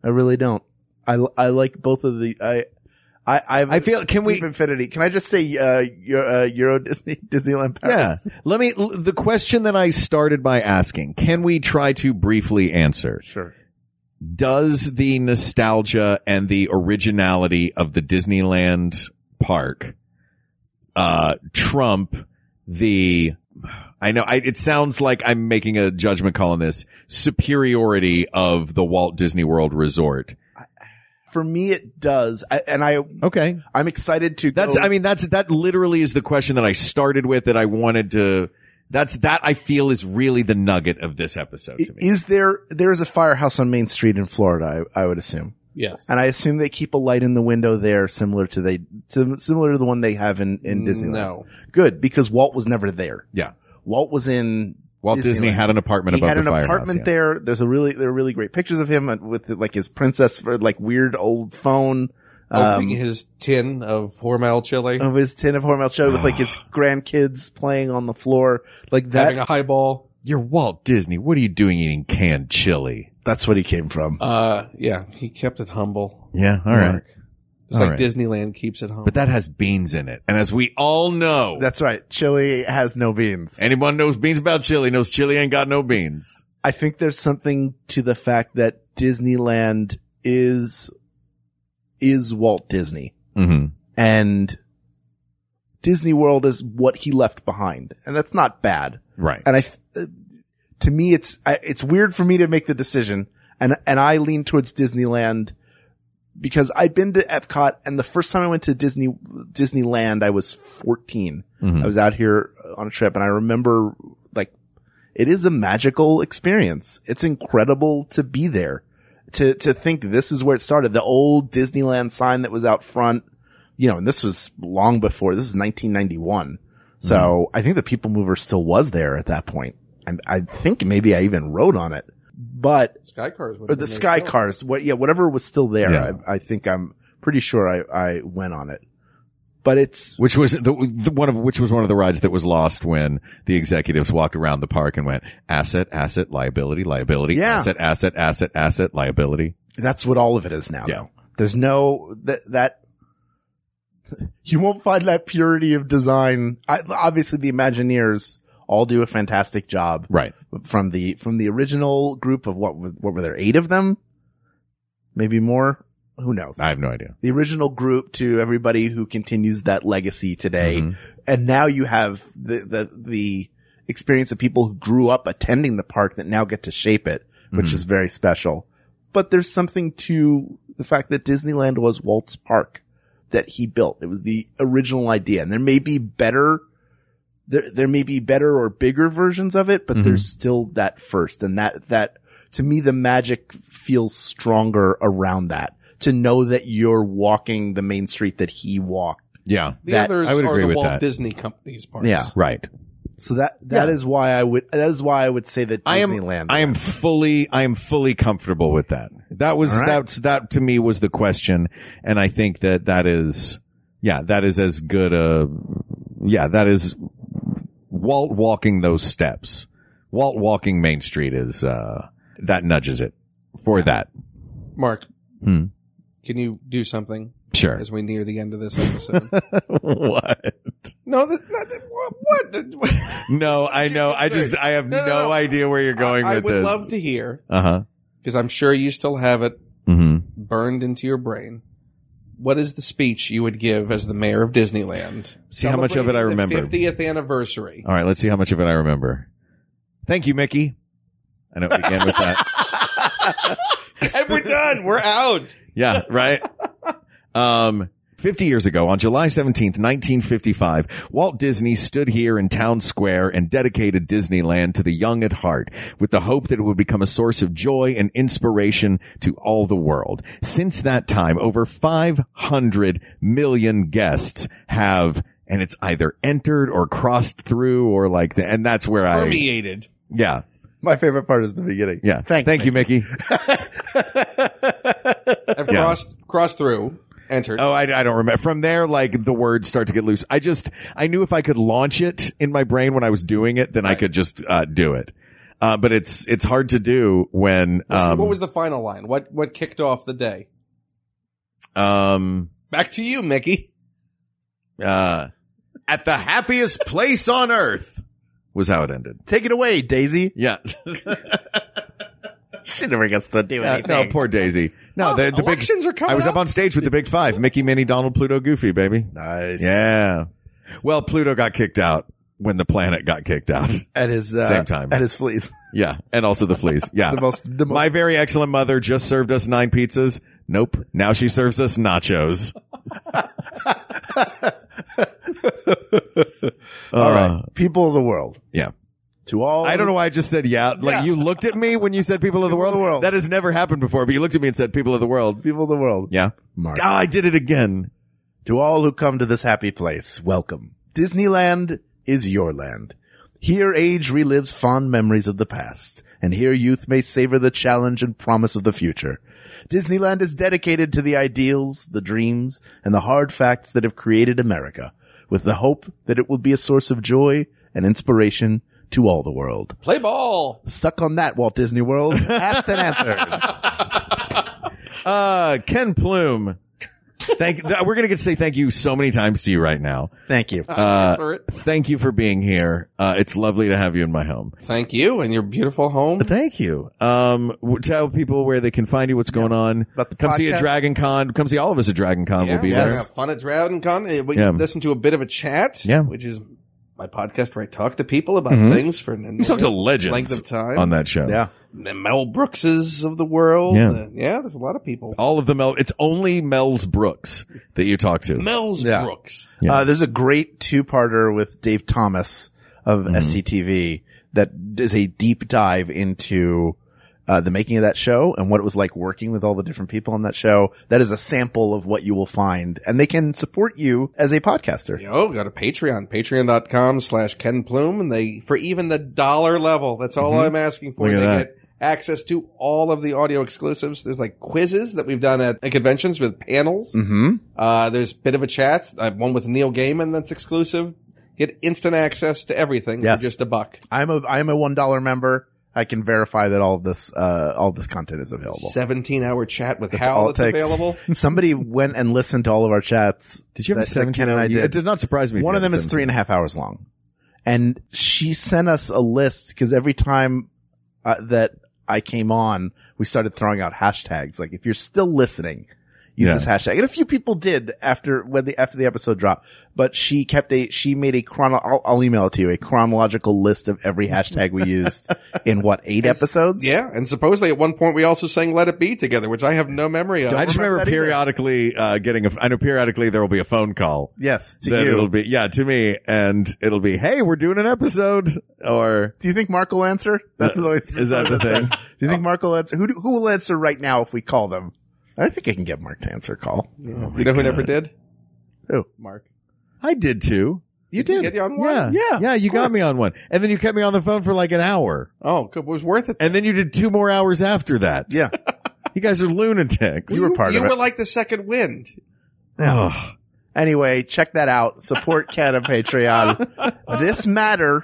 I really don't. I, I like both of the, I, I I've, I feel can we infinity? Can I just say uh, Euro, uh, Euro Disney Disneyland Yeah. Paris? Let me, l- the question that I started by asking, can we try to briefly answer? Sure. Does the nostalgia and the originality of the Disneyland park, uh, trump the, I know I, it sounds like I'm making a judgment call on this superiority of the Walt Disney World Resort. For me, it does, I, and I okay. I'm excited to. That's, go- I mean, that's, that literally is the question that I started with that I wanted to, that's, that I feel is really the nugget of this episode to me. is there there is a firehouse on Main Street in Florida? I, I would assume. Yes. And I assume they keep a light in the window there, similar to they sim- similar to the one they have in in Disneyland. No. good because Walt was never there. Yeah. Walt was in. Walt Disney had an apartment He above had the an firehouse, apartment yeah. there. There's a really there are really great pictures of him uh, with like his princess uh, like weird old phone. um, Opening his tin of Hormel chili. of his tin of Hormel show with <sighs> like his grandkids playing on the floor like that. Having a highball. You're Walt Disney. What are you doing eating canned chili? That's what he came from. Uh, yeah, he kept it humble. yeah. All right. It's All right. like Disneyland keeps it humble. But that has beans in it. And as we all know, That's right. Chili has no beans. anyone knows beans about chili knows chili ain't got no beans. I think there's something to the fact that Disneyland is is Walt Disney Mm-hmm. and Disney World is what he left behind, and that's not bad. Right. And I, th- uh, to me, it's I, it's weird for me to make the decision, and and I lean towards Disneyland because I've been to Epcot, and the first time I went to Disney Disneyland, I was 14. Mhm. I was out here on a trip, and I remember like it is a magical experience. It's incredible to be there. To to think this is where it started. The old Disneyland sign that was out front, you know, and this was long before. This is 1991. So Hmm. I think the People Mover still was there at that point, and I think maybe I even rode on it. But Sky Cars. or the sky cars what yeah whatever was still there Yeah. I, I think i'm pretty sure i i went on it but it's Which was the, the one of which was one of the rides that was lost when the executives walked around the park and went asset, asset, liability, liability, Yeah. asset, asset, asset, asset, liability. that's what all of it is now Yeah. though there's no that that <laughs> you won't find that purity of design I, obviously the imagineers all do a fantastic job Right. from the from the original group of what was- what were there eight of them maybe more who knows I have no idea. the original group to everybody who continues that legacy today. And now you have the, the, the experience of people who grew up attending the park that now get to shape it, which Mhm. is very special. But there's something to the fact that Disneyland was Walt's park that he built. It was the original idea and there may be better there, there may be better or bigger versions of it, but Mhm. there's still that first. And that, that to me, the magic feels stronger around that to know that you're walking the main street that he walked. Yeah. The that- others I would are agree the with Walt that. Disney Company's parts. Yeah. Right. So that, that is Yeah. why I would, that is why I would say that I am. Disneyland. I am fully. I am fully comfortable with that. That was All right. that's that to me was the question, and I think that that is. Yeah, that is as good a. Yeah, that is. Walt walking those steps, Walt walking Main Street is uh that nudges it for that. Mark, Hmm. can you do something <laughs> Sure. as we near the end of this <laughs> episode? what? no, that, not that, what? what? No, I know. I just. I have no, No, no, no. idea where you're going I, I with would this. love to hear Uh huh. because I'm sure you still have it hmm burned into your brain. What is the speech you would give as the mayor of Disneyland? See how much of it I remember. Fiftieth anniversary. <laughs> All right, let's see how much of it I remember. Thank you, Mickey. I know it began with that. and we're done. We're out. Yeah, right. Um, 50 years ago, on July 17th, 1955, Walt Disney stood here in Town Square and dedicated Disneyland to the young at heart with the hope that it would become a source of joy and inspiration to all the world. Since that time, over 500 million guests have, and it's either entered or crossed through or like, the, and that's where <laughs> I, Permeated. yeah, My favorite part is the beginning. yeah. Thanks, Thank you, Mickey. I've crossed crossed through. Entered. Oh, I, I don't remember. From there, like the words start to get loose. I just, I knew if I could launch it in my brain when I was doing it, then I could just uh, do it. Uh, but it's, it's hard to do when, um, what was the final line? What what kicked off the day? um, Back to you, Mickey. Uh, at the happiest place on earth was how it ended. Take it away, Daisy. <laughs> Yeah. she never gets to do Yeah, anything. Uh, no, poor Daisy. No, the, the elections big, are coming I was up. up on stage with the big five: Mickey, Minnie, Donald, Pluto, Goofy, baby. Nice. Yeah. Well, Pluto got kicked out when the planet got kicked out. At his uh, Same time. At his fleas. Yeah, and also the fleas. Yeah, <laughs> The most- the my very excellent mother just served us nine pizzas. Nope, now she serves us nachos. <laughs> <laughs> All right, Uh, people of the world. Yeah. To all, I don't know why I just said yeah. Like you looked at me when you said people of the world. That has never happened before, but you looked at me and said people of the world. people of the world. Yeah. Mark. Ah, I did it again. To all who come to this happy place, welcome. Disneyland is your land. Here age relives fond memories of the past, and here youth may savor the challenge and promise of the future. Disneyland is dedicated to the ideals, the dreams, and the hard facts that have created America, with the hope that it will be a source of joy and inspiration to all the world. Play ball. Suck on that, Walt Disney World. Asked and answered. Uh, Ken Plume. Thank. th- we're gonna get to say thank you so many times to you right now. Thank you. Uh, for it. thank you for being here. Uh, it's lovely to have you in my home. Thank you and your beautiful home. Mm-hmm. Thank you. Um, w- tell people where they can find you, what's going on. About the come see podcast. a Dragon Con. Come see all of us at Dragon Con. we'll be we're gonna there. Have fun at Dragon Con. Uh, We Yeah. listen to a bit of a chat, Yeah. which is my podcast where I talk to people about Mhm. things for an You talk to legends length of time. on that show. Yeah. The Mel Brookses of the world. Yeah. Uh, yeah, there's a lot of people. All of the Mel. It's only Mel's Brooks that you talk to. Mel's Yeah. Brooks. Yeah. Uh, there's a great two-parter with Dave Thomas of Mm-hmm. SCTV that is a deep dive into uh, the making of that show and what it was like working with all the different people on that show. That is a sample of what you will find, and they can support you as a podcaster. Yo, go to Patreon, patreon.com slash Ken Plume, and they, for even the dollar level, that's all Mm-hmm. I'm asking for. Look at they that. get access to all of the audio exclusives. There's like quizzes that we've done at at conventions with panels. Mm-hmm. Uh, there's a bit of a chat. I have one with Neil Gaiman that's exclusive. Get instant access to everything Yes. for just a buck. I'm a I'm a one dollar member. I can verify that all of this uh, all this content is available. 17 hour chat with That's Hal all it that's takes. available. <laughs> Somebody went and listened to all of our chats. Did you have a that- that seventeen? Ken and I It did. does not surprise me. if One you of had them is 17. three and a half hours long. And she sent us a list because every time uh, that I came on, we started throwing out hashtags. Like, if you're still listening, use Yeah. this hashtag. And a few people did after when the after the episode dropped. But she kept a she made a chrono. I'll, I'll email it to you a chronological list of every hashtag we used in what eight episodes. Yeah. And supposedly at one point we also sang Let It Be together, which I have no memory of. I just remember that either. periodically uh, getting a. I know periodically there will be a phone call. Yes. To that you. it'll be yeah to me, and it'll be hey, we're doing an episode, or Do you think Mark will answer? That's always is that <laughs> the thing? Do you think Mark will answer? Who, do- who will answer right now if we call them? I think I can get Mark to answer <laughs> a call. you know who never did? Oh Who? Mark. I did too. You Did you get you on one? Yeah, yeah, yeah. You got me on one, and then you kept me on the phone for like an hour, Oh, good. It was worth it. and then you did two more hours after that. Yeah. you guys are lunatics. You were part you of it. were like the second wind. Ugh. Anyway, check that out. Support Ken <laughs> on Patreon. this matter,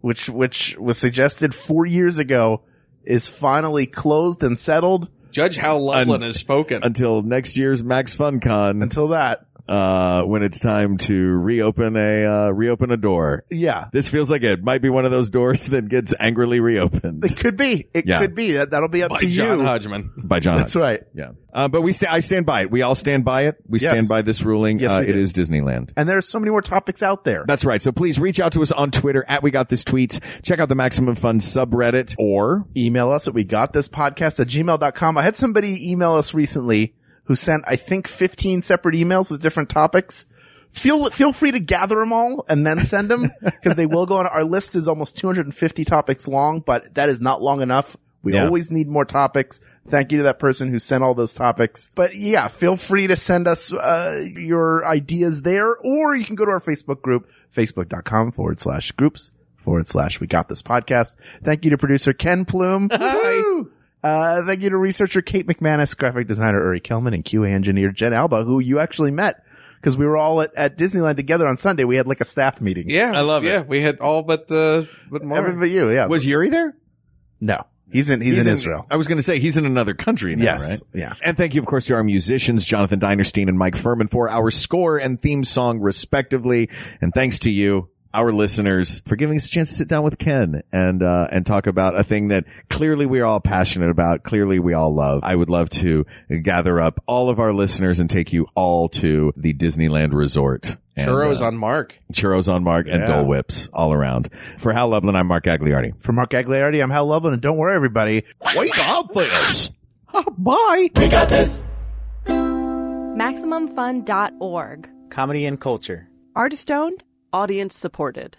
which which was suggested four years ago, is finally closed and settled. Judge how Loveland Un- has spoken. Until next year's Max FunCon, Until that, uh, when it's time to reopen a uh, reopen a door. yeah, This feels like it might be one of those doors <laughs> that gets angrily reopened it could be. It Yeah. could be. That, that'll be up by to John you. Hodgman. by John. That's right. Yeah. Uh, but we sta- I stand by it. We all stand by it. We Yes. stand by this ruling. Yes, uh, we it do. is Disneyland. And there are so many more topics out there. That's right. So please reach out to us on Twitter at We Got This Tweets. Check out the Maximum Fun subreddit or email us at we got this podcast at gmail.com. I had somebody email us recently who sent, I think, 15 separate emails with different topics. Feel, feel free to gather them all and then send them because they will go on. Our list is almost 250 topics long, but that is not long enough. We Yeah. always need more topics. Thank you to that person who sent all those topics. But yeah, feel free to send us uh, your ideas there, or you can go to our Facebook group, facebook.com forward slash groups forward slash we got this podcast. Thank you to producer Ken Plume. Woo-hoo! Uh, thank you to researcher Kate McManus, graphic designer Uri Kelman, and QA engineer Jen Alba, who you actually met because we were all at, at Disneyland together on Sunday. We had like a staff meeting. Yeah. I love it. Yeah. We had all but, uh, but Mark. Everybody, you, yeah. was Yuri there? no. He's in he's, in, Israel. I was going to say he's in another country now, Yes. right? Yeah. And thank you, of course, to our musicians, Jonathan Dinerstein and Mike Furman for our score and theme song, respectively. And thanks to you, our listeners, for giving us a chance to sit down with Ken and, uh, and talk about a thing that clearly we're all passionate about. Clearly we all love. I would love to gather up all of our listeners and take you all to the Disneyland resort. And, Churros uh, on Mark. Churros on Mark and Yeah. Dole Whips all around. For Hal Lublin, I'm Mark Agliardi. For Mark Agliardi, I'm Hal Lublin, and don't worry, everybody. Wait up for this. Bye. We got this. MaximumFun.org. Comedy and culture. Artist owned, audience supported.